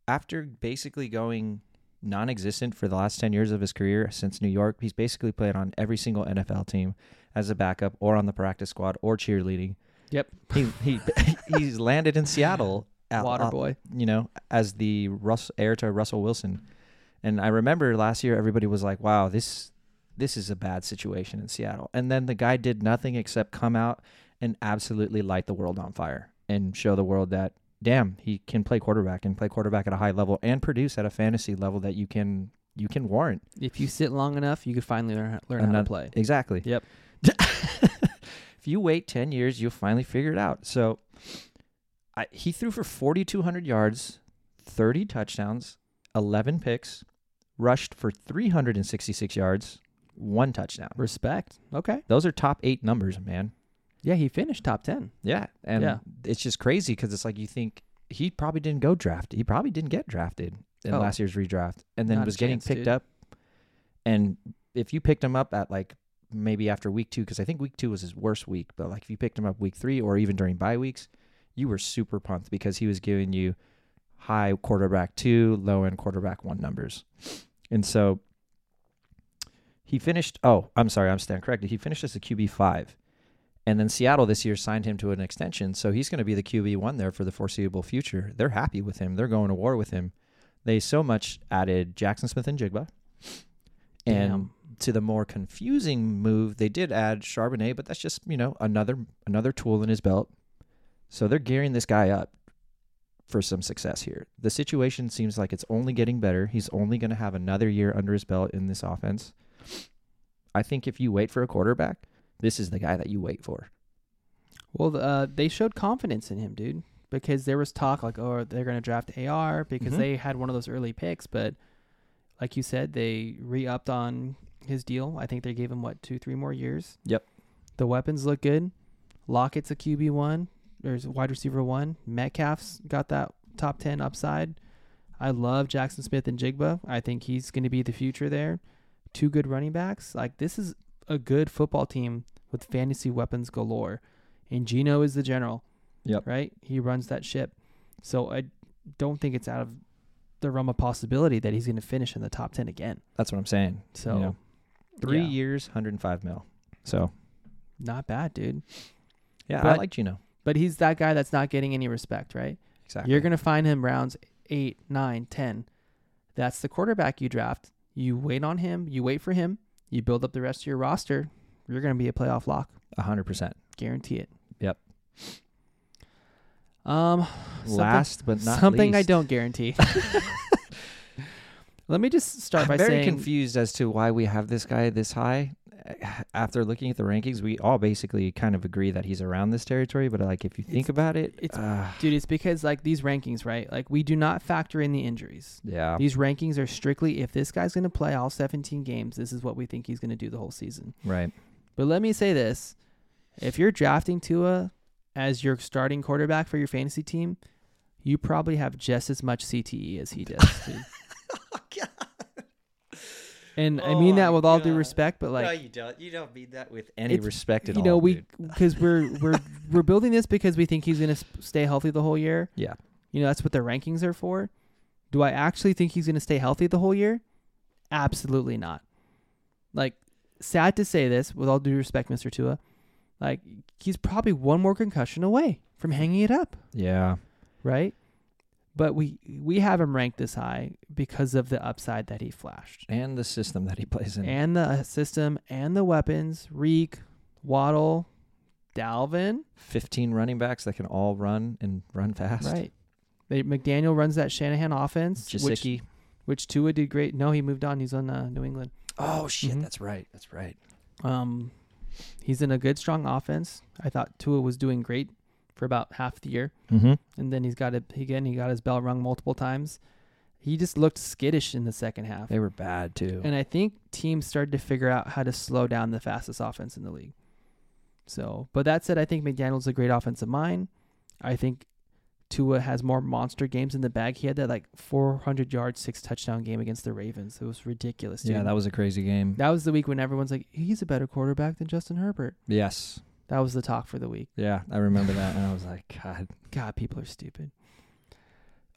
Speaker 2: After basically going non existent for the last 10 years of his career since New York, he's basically played on every single NFL team as a backup or on the practice squad or cheerleading.
Speaker 1: Yep.
Speaker 2: He, he He's landed in Seattle, at,
Speaker 1: Water boy.
Speaker 2: you know, as the Russ, heir to Russell Wilson. And I remember last year, everybody was like, wow, this. This is a bad situation in Seattle. And then the guy did nothing except come out and absolutely light the world on fire and show the world that damn he can play quarterback and play quarterback at a high level and produce at a fantasy level that you can you can warrant
Speaker 1: If you sit long enough, you could finally learn learn how to
Speaker 2: Another-
Speaker 1: play.
Speaker 2: exactly
Speaker 1: Yep.
Speaker 2: if you wait 10 years you'll finally figure it out so I, he threw for 4200 yards 30 touchdowns 11 picks rushed for 366 yards one touchdown
Speaker 1: Respect. Okay.
Speaker 2: those are top eight numbers man
Speaker 1: Yeah, he finished top ten.
Speaker 2: Yeah, and
Speaker 1: Yeah.
Speaker 2: it's just crazy because it's like you think he probably didn't go draft. He probably didn't get drafted in
Speaker 1: Oh.
Speaker 2: last year's redraft, and then
Speaker 1: Not a
Speaker 2: was getting
Speaker 1: chance,
Speaker 2: picked
Speaker 1: dude.
Speaker 2: up. And if you picked him up at like maybe after week two, because I think week two was his worst week, but like if you picked him up week three or even during bye weeks, you were super pumped because he was giving you high quarterback two, low end quarterback one numbers, and so. He finished. Oh, I'm sorry, I'm stand corrected. He finished as a QB five, and then Seattle this year signed him to an extension, so he's going to be the QB one there for the foreseeable future. They're happy with him. They're going to war with him. They so much added Jackson Smith and Jigba, and
Speaker 1: Damn.
Speaker 2: to the more confusing move, they did add Charbonnet, but that's just you know another another tool in his belt. So they're gearing this guy up for some success here. The situation seems like it's only getting better. He's only going to have another year under his belt in this offense. I think if you wait for a quarterback, this is the guy that you wait for.
Speaker 1: Well, th- uh, they showed confidence in him, dude, because there was talk like, oh, they're going to draft AR because
Speaker 2: Mhm.
Speaker 1: they had one of those early picks. But like you said, they re upped on his deal. I think they gave him, what, two, three more years?
Speaker 2: Yep.
Speaker 1: The weapons look good. Lockett's a QB1, there's wide receiver one. Metcalf's got that top 10 upside. I love Jackson Smith and Jigba. I think he's going to be the future there. Two good running backs. Like, this is a good football team with fantasy weapons galore and Gino is the general.
Speaker 2: Yep.
Speaker 1: Right? He runs that ship. So I don't think it's out of the realm of possibility that he's going to finish in the top 10 again.
Speaker 2: That's what I'm saying.
Speaker 1: So
Speaker 2: Yeah. Three
Speaker 1: Yeah.
Speaker 2: years, 105 mil. So
Speaker 1: not bad, dude.
Speaker 2: yeah, I
Speaker 1: But-
Speaker 2: like Gino.
Speaker 1: But he's that guy that's not getting any respect, right?
Speaker 2: Exactly.
Speaker 1: You're going to find him rounds eight, nine, 10. That's the quarterback you draft. You wait on him, you wait for him, you build up the rest of your roster. You're going to be a playoff lock.
Speaker 2: hundred percent.
Speaker 1: Guarantee it.
Speaker 2: Yep.
Speaker 1: Um, something-
Speaker 2: Last but not
Speaker 1: something I
Speaker 2: least,
Speaker 1: don't guarantee. Let me just start
Speaker 2: I'm
Speaker 1: by
Speaker 2: very
Speaker 1: saying
Speaker 2: confused as to why we have this guy this high. After looking at the rankings, we all basically kind of agree that he's around this territory. But like, if you think
Speaker 1: It's-
Speaker 2: about it,
Speaker 1: it's-
Speaker 2: uh,
Speaker 1: dude, it's because like these rankings, right? Like we do not factor in the injuries.
Speaker 2: yeah,
Speaker 1: These rankings are strictly if this guy's going to play all 17 games, this is what we think he's going to do the whole season.
Speaker 2: right.
Speaker 1: But let me say this. If you're drafting Tua as your starting quarterback for your fantasy team, you probably have just as much CTE as he does. dude. And I
Speaker 2: Oh
Speaker 1: mean
Speaker 2: my
Speaker 1: that with all due
Speaker 2: God.
Speaker 1: respect, but like
Speaker 2: you don't. You don't mean that with any
Speaker 1: It's-
Speaker 2: respect at
Speaker 1: you
Speaker 2: all.
Speaker 1: know we
Speaker 2: dude.
Speaker 1: because we're we're we're building this because we think he's going to stay healthy the whole year.
Speaker 2: Yeah.
Speaker 1: You know, that's what the rankings are for. Do I actually think he's going to stay healthy the whole year? Absolutely not. Like sad to say this with all due respect Mr. Tua, like he's probably one more concussion away from hanging it up,
Speaker 2: Yeah.
Speaker 1: right? But we we have him ranked this high because of the upside that he flashed
Speaker 2: And the system that he plays in.
Speaker 1: and the uh, system and the weapons. Reek, Waddle, Dalvin,
Speaker 2: 15 running backs that can all run and run fast.
Speaker 1: right? They, McDaniel runs that Shanahan offense, which,
Speaker 2: Jasicki.
Speaker 1: which Tua did great. No, he moved on. He's on uh, New England.
Speaker 2: Oh shit,
Speaker 1: Mhm.
Speaker 2: that's right. That's right.
Speaker 1: Um, he's in a good, strong offense. I thought Tua was doing great for about half the year,
Speaker 2: Mm-hmm.
Speaker 1: and then he's got it again. He got his bell rung multiple times. He just looked skittish in the second half,
Speaker 2: They were bad too.
Speaker 1: and I think teams started to figure out how to slow down the fastest offense in the league. So, but that said, I think McDaniel's a great offensive mind. I think Tua has more monster games in the bag. He had that like 400 yard, six touchdown game against the Ravens. It was ridiculous. Dude.
Speaker 2: yeah, that was a crazy game.
Speaker 1: that was the week when everyone's like, he's a better quarterback than Justin Herbert.
Speaker 2: yes.
Speaker 1: That was the talk for the week.
Speaker 2: Yeah, I remember that, and I was like, God.
Speaker 1: God, people are stupid.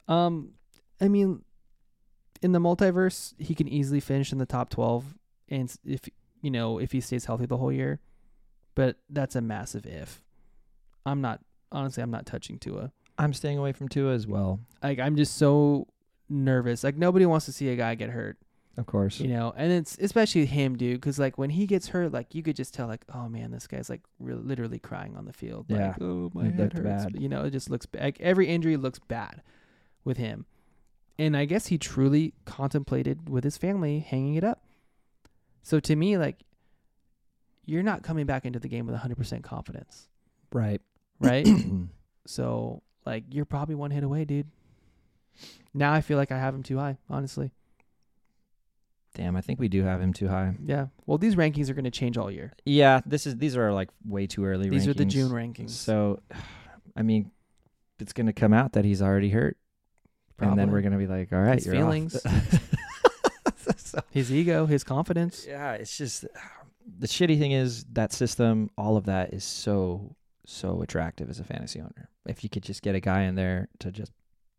Speaker 1: Um, I mean, in the multiverse, he can easily finish in the top twelve, and s- if you know if he stays healthy the whole year, but that's a massive if. I'm not honestly. I'm not touching Tua.
Speaker 2: I'm staying away from Tua as well,
Speaker 1: Like I'm just so nervous. Like nobody wants to see a guy get hurt,
Speaker 2: of course.
Speaker 1: you know. And it's especially him, dude, because like when he gets hurt, like you could just tell, like, oh man, this guy's like re- literally crying on the field.
Speaker 2: Yeah.
Speaker 1: Like, oh my
Speaker 2: It
Speaker 1: head
Speaker 2: looked
Speaker 1: hurts.
Speaker 2: bad.
Speaker 1: You know, it just looks ba- like every injury looks bad with him. And I guess he truly contemplated with his family hanging it up. So to me, like, you're not coming back into the game with 100% confidence,
Speaker 2: Right.
Speaker 1: right? so, like, you're probably one hit away, dude. Now I feel like I have him too high, honestly.
Speaker 2: Damn, I think we do have him too high.
Speaker 1: Yeah. Well, these rankings are going to change all year.
Speaker 2: Yeah, this is these are like way too early.
Speaker 1: These are the
Speaker 2: rankings.
Speaker 1: June rankings.
Speaker 2: So, I mean, it's gonna come out that he's already hurt, and then
Speaker 1: probably.
Speaker 2: we're gonna be like, all right,
Speaker 1: His
Speaker 2: you're
Speaker 1: feelings.
Speaker 2: Off. So-
Speaker 1: his ego, his confidence.
Speaker 2: yeah, it's just uh, the shitty thing is that system, all of that is so so attractive as a fantasy owner. If you could just get a guy in there to just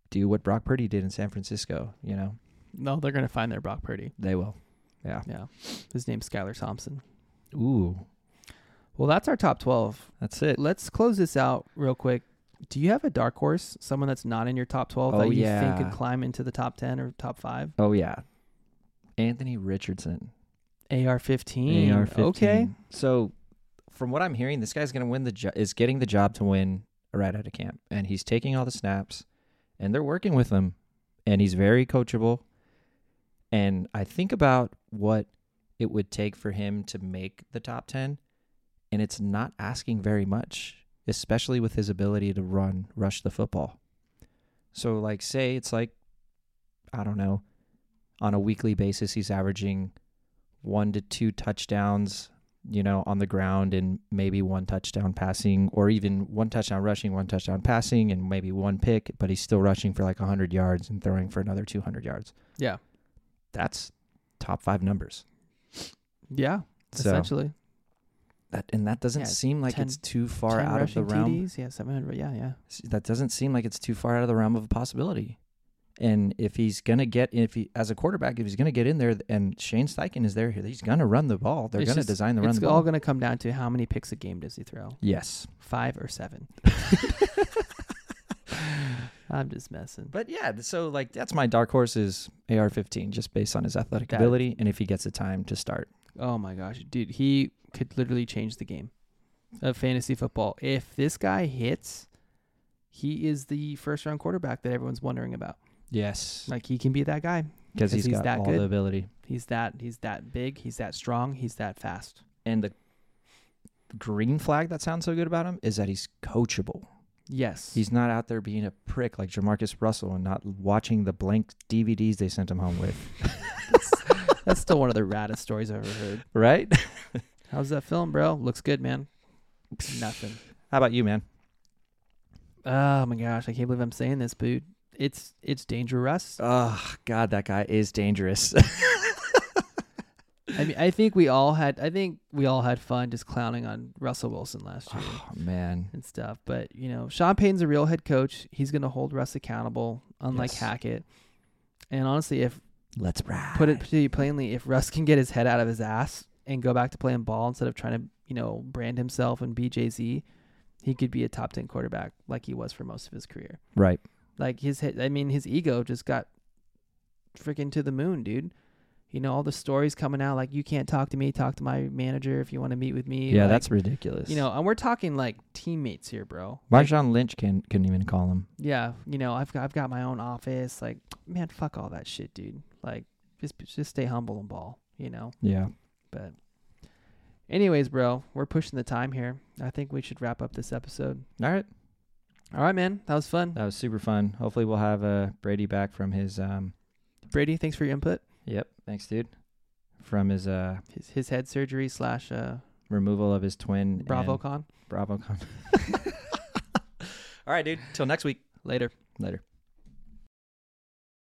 Speaker 2: do what Brock Purdy did in San Francisco, you know,
Speaker 1: No, they're going to find their Brock Purdy.
Speaker 2: they will.
Speaker 1: Yeah. His name's Skylar Thompson.
Speaker 2: Ooh,
Speaker 1: Well, that's our top 12.
Speaker 2: that's it.
Speaker 1: Let's close this out real quick. Do you have a dark horse, someone that's not in your top 12
Speaker 2: Oh,
Speaker 1: that you think
Speaker 2: yeah.
Speaker 1: could climb into the top 10 or top 5?
Speaker 2: Oh yeah, Anthony Richardson.
Speaker 1: AR 15.
Speaker 2: AR-15.
Speaker 1: Okay.
Speaker 2: So, from what I'm hearing, this guy's going to win the jo- is getting the job to win right out of camp, and he's taking all the snaps, and they're working with him, and he's very coachable. And I think about what it would take for him to make the top 10. And it's not asking very much, especially with his ability to run, rush the football. So, like, say it's like, I don't know, on a weekly basis, he's averaging one to two touchdowns, you know, on the ground and maybe one touchdown passing or even one touchdown rushing, one touchdown passing, and maybe one pick, but he's still rushing for like 100 yards and throwing for another 200 yards.
Speaker 1: Yeah.
Speaker 2: That's top five numbers.
Speaker 1: Yeah.
Speaker 2: So
Speaker 1: essentially.
Speaker 2: that, and that doesn't
Speaker 1: Yeah,
Speaker 2: seem like
Speaker 1: 10
Speaker 2: it's too far
Speaker 1: 10
Speaker 2: out of the
Speaker 1: rushing
Speaker 2: realm.
Speaker 1: TDs. Yeah, 700. Yeah, yeah.
Speaker 2: s- that doesn't seem like it's too far out of the realm of possibility. And if he's gonna get, if he as a quarterback, if he's gonna get in there, and Shane Steichen is there, he's gonna run the ball. They're
Speaker 1: It's
Speaker 2: gonna
Speaker 1: just-
Speaker 2: design the run
Speaker 1: It's
Speaker 2: the
Speaker 1: all
Speaker 2: ball.
Speaker 1: going to come down to how many picks a game does he throw?
Speaker 2: yes,
Speaker 1: Five or seven? I'm just messing.
Speaker 2: but yeah, th- so like that's my dark horse is AR-15, just based on his athletic
Speaker 1: That-
Speaker 2: ability, and if he gets the time to start.
Speaker 1: Oh my gosh, dude, he could literally change the game of fantasy football. If this guy hits, he is the first round quarterback that everyone's wondering about.
Speaker 2: Yes,
Speaker 1: Like he can be that guy. 'cause
Speaker 2: because he's
Speaker 1: he's
Speaker 2: got
Speaker 1: that
Speaker 2: all
Speaker 1: good.
Speaker 2: the ability.
Speaker 1: He's that he's that big, he's that strong, he's that fast.
Speaker 2: And the green flag that sounds so good about him is that he's coachable.
Speaker 1: Yes.
Speaker 2: He's not out there being a prick like Jamarcus Russell and not watching the blank DVDs they sent him home with.
Speaker 1: that's still one of the raddest stories I've ever heard.
Speaker 2: right?
Speaker 1: How's that film, bro? Looks good, man. Nothing.
Speaker 2: How about you, man?
Speaker 1: Oh my gosh, I can't believe I'm saying this, dude. It's it's dangerous.
Speaker 2: Oh God, that guy is dangerous.
Speaker 1: I mean, I think we all had I think we all had fun just clowning on Russell Wilson last year.
Speaker 2: oh man,
Speaker 1: and stuff. But you know, Sean Payton's a real head coach. He's going to hold Russ accountable, unlike
Speaker 2: Yes. Ah,
Speaker 1: Hackett. And honestly, if
Speaker 2: let's ride.
Speaker 1: put it to you plainly, if Russ can get his head out of his ass and go back to playing ball instead of trying to you know brand himself and be Jay Z, he could be a top ten quarterback like he was for most of his career.
Speaker 2: right.
Speaker 1: Like his, head, I mean, his ego just got freaking to the moon, dude. You know all the stories coming out like you can't talk to me, talk to my manager if you want to meet with me.
Speaker 2: Yeah,
Speaker 1: like,
Speaker 2: that's ridiculous.
Speaker 1: you know, and we're talking like teammates here, bro. Like,
Speaker 2: Marshawn Lynch can couldn't even call him.
Speaker 1: yeah, you know, I've got, I've got my own office. Like, man, fuck all that shit, dude. Like, just just stay humble and ball, you know.
Speaker 2: Yeah.
Speaker 1: But, anyways, bro, we're pushing the time here. I think we should wrap up this episode.
Speaker 2: All right,
Speaker 1: All right, man, that was fun.
Speaker 2: that was super fun. Hopefully, we'll have uh, Brady back from his. Um,
Speaker 1: Brady, thanks for your input.
Speaker 2: yep, thanks, dude. From his uh,
Speaker 1: His his head surgery slash uh,
Speaker 2: removal of his twin.
Speaker 1: Bravo
Speaker 2: and-
Speaker 1: Con
Speaker 2: Bravo. All right, dude. Till next week.
Speaker 1: later.
Speaker 2: Later.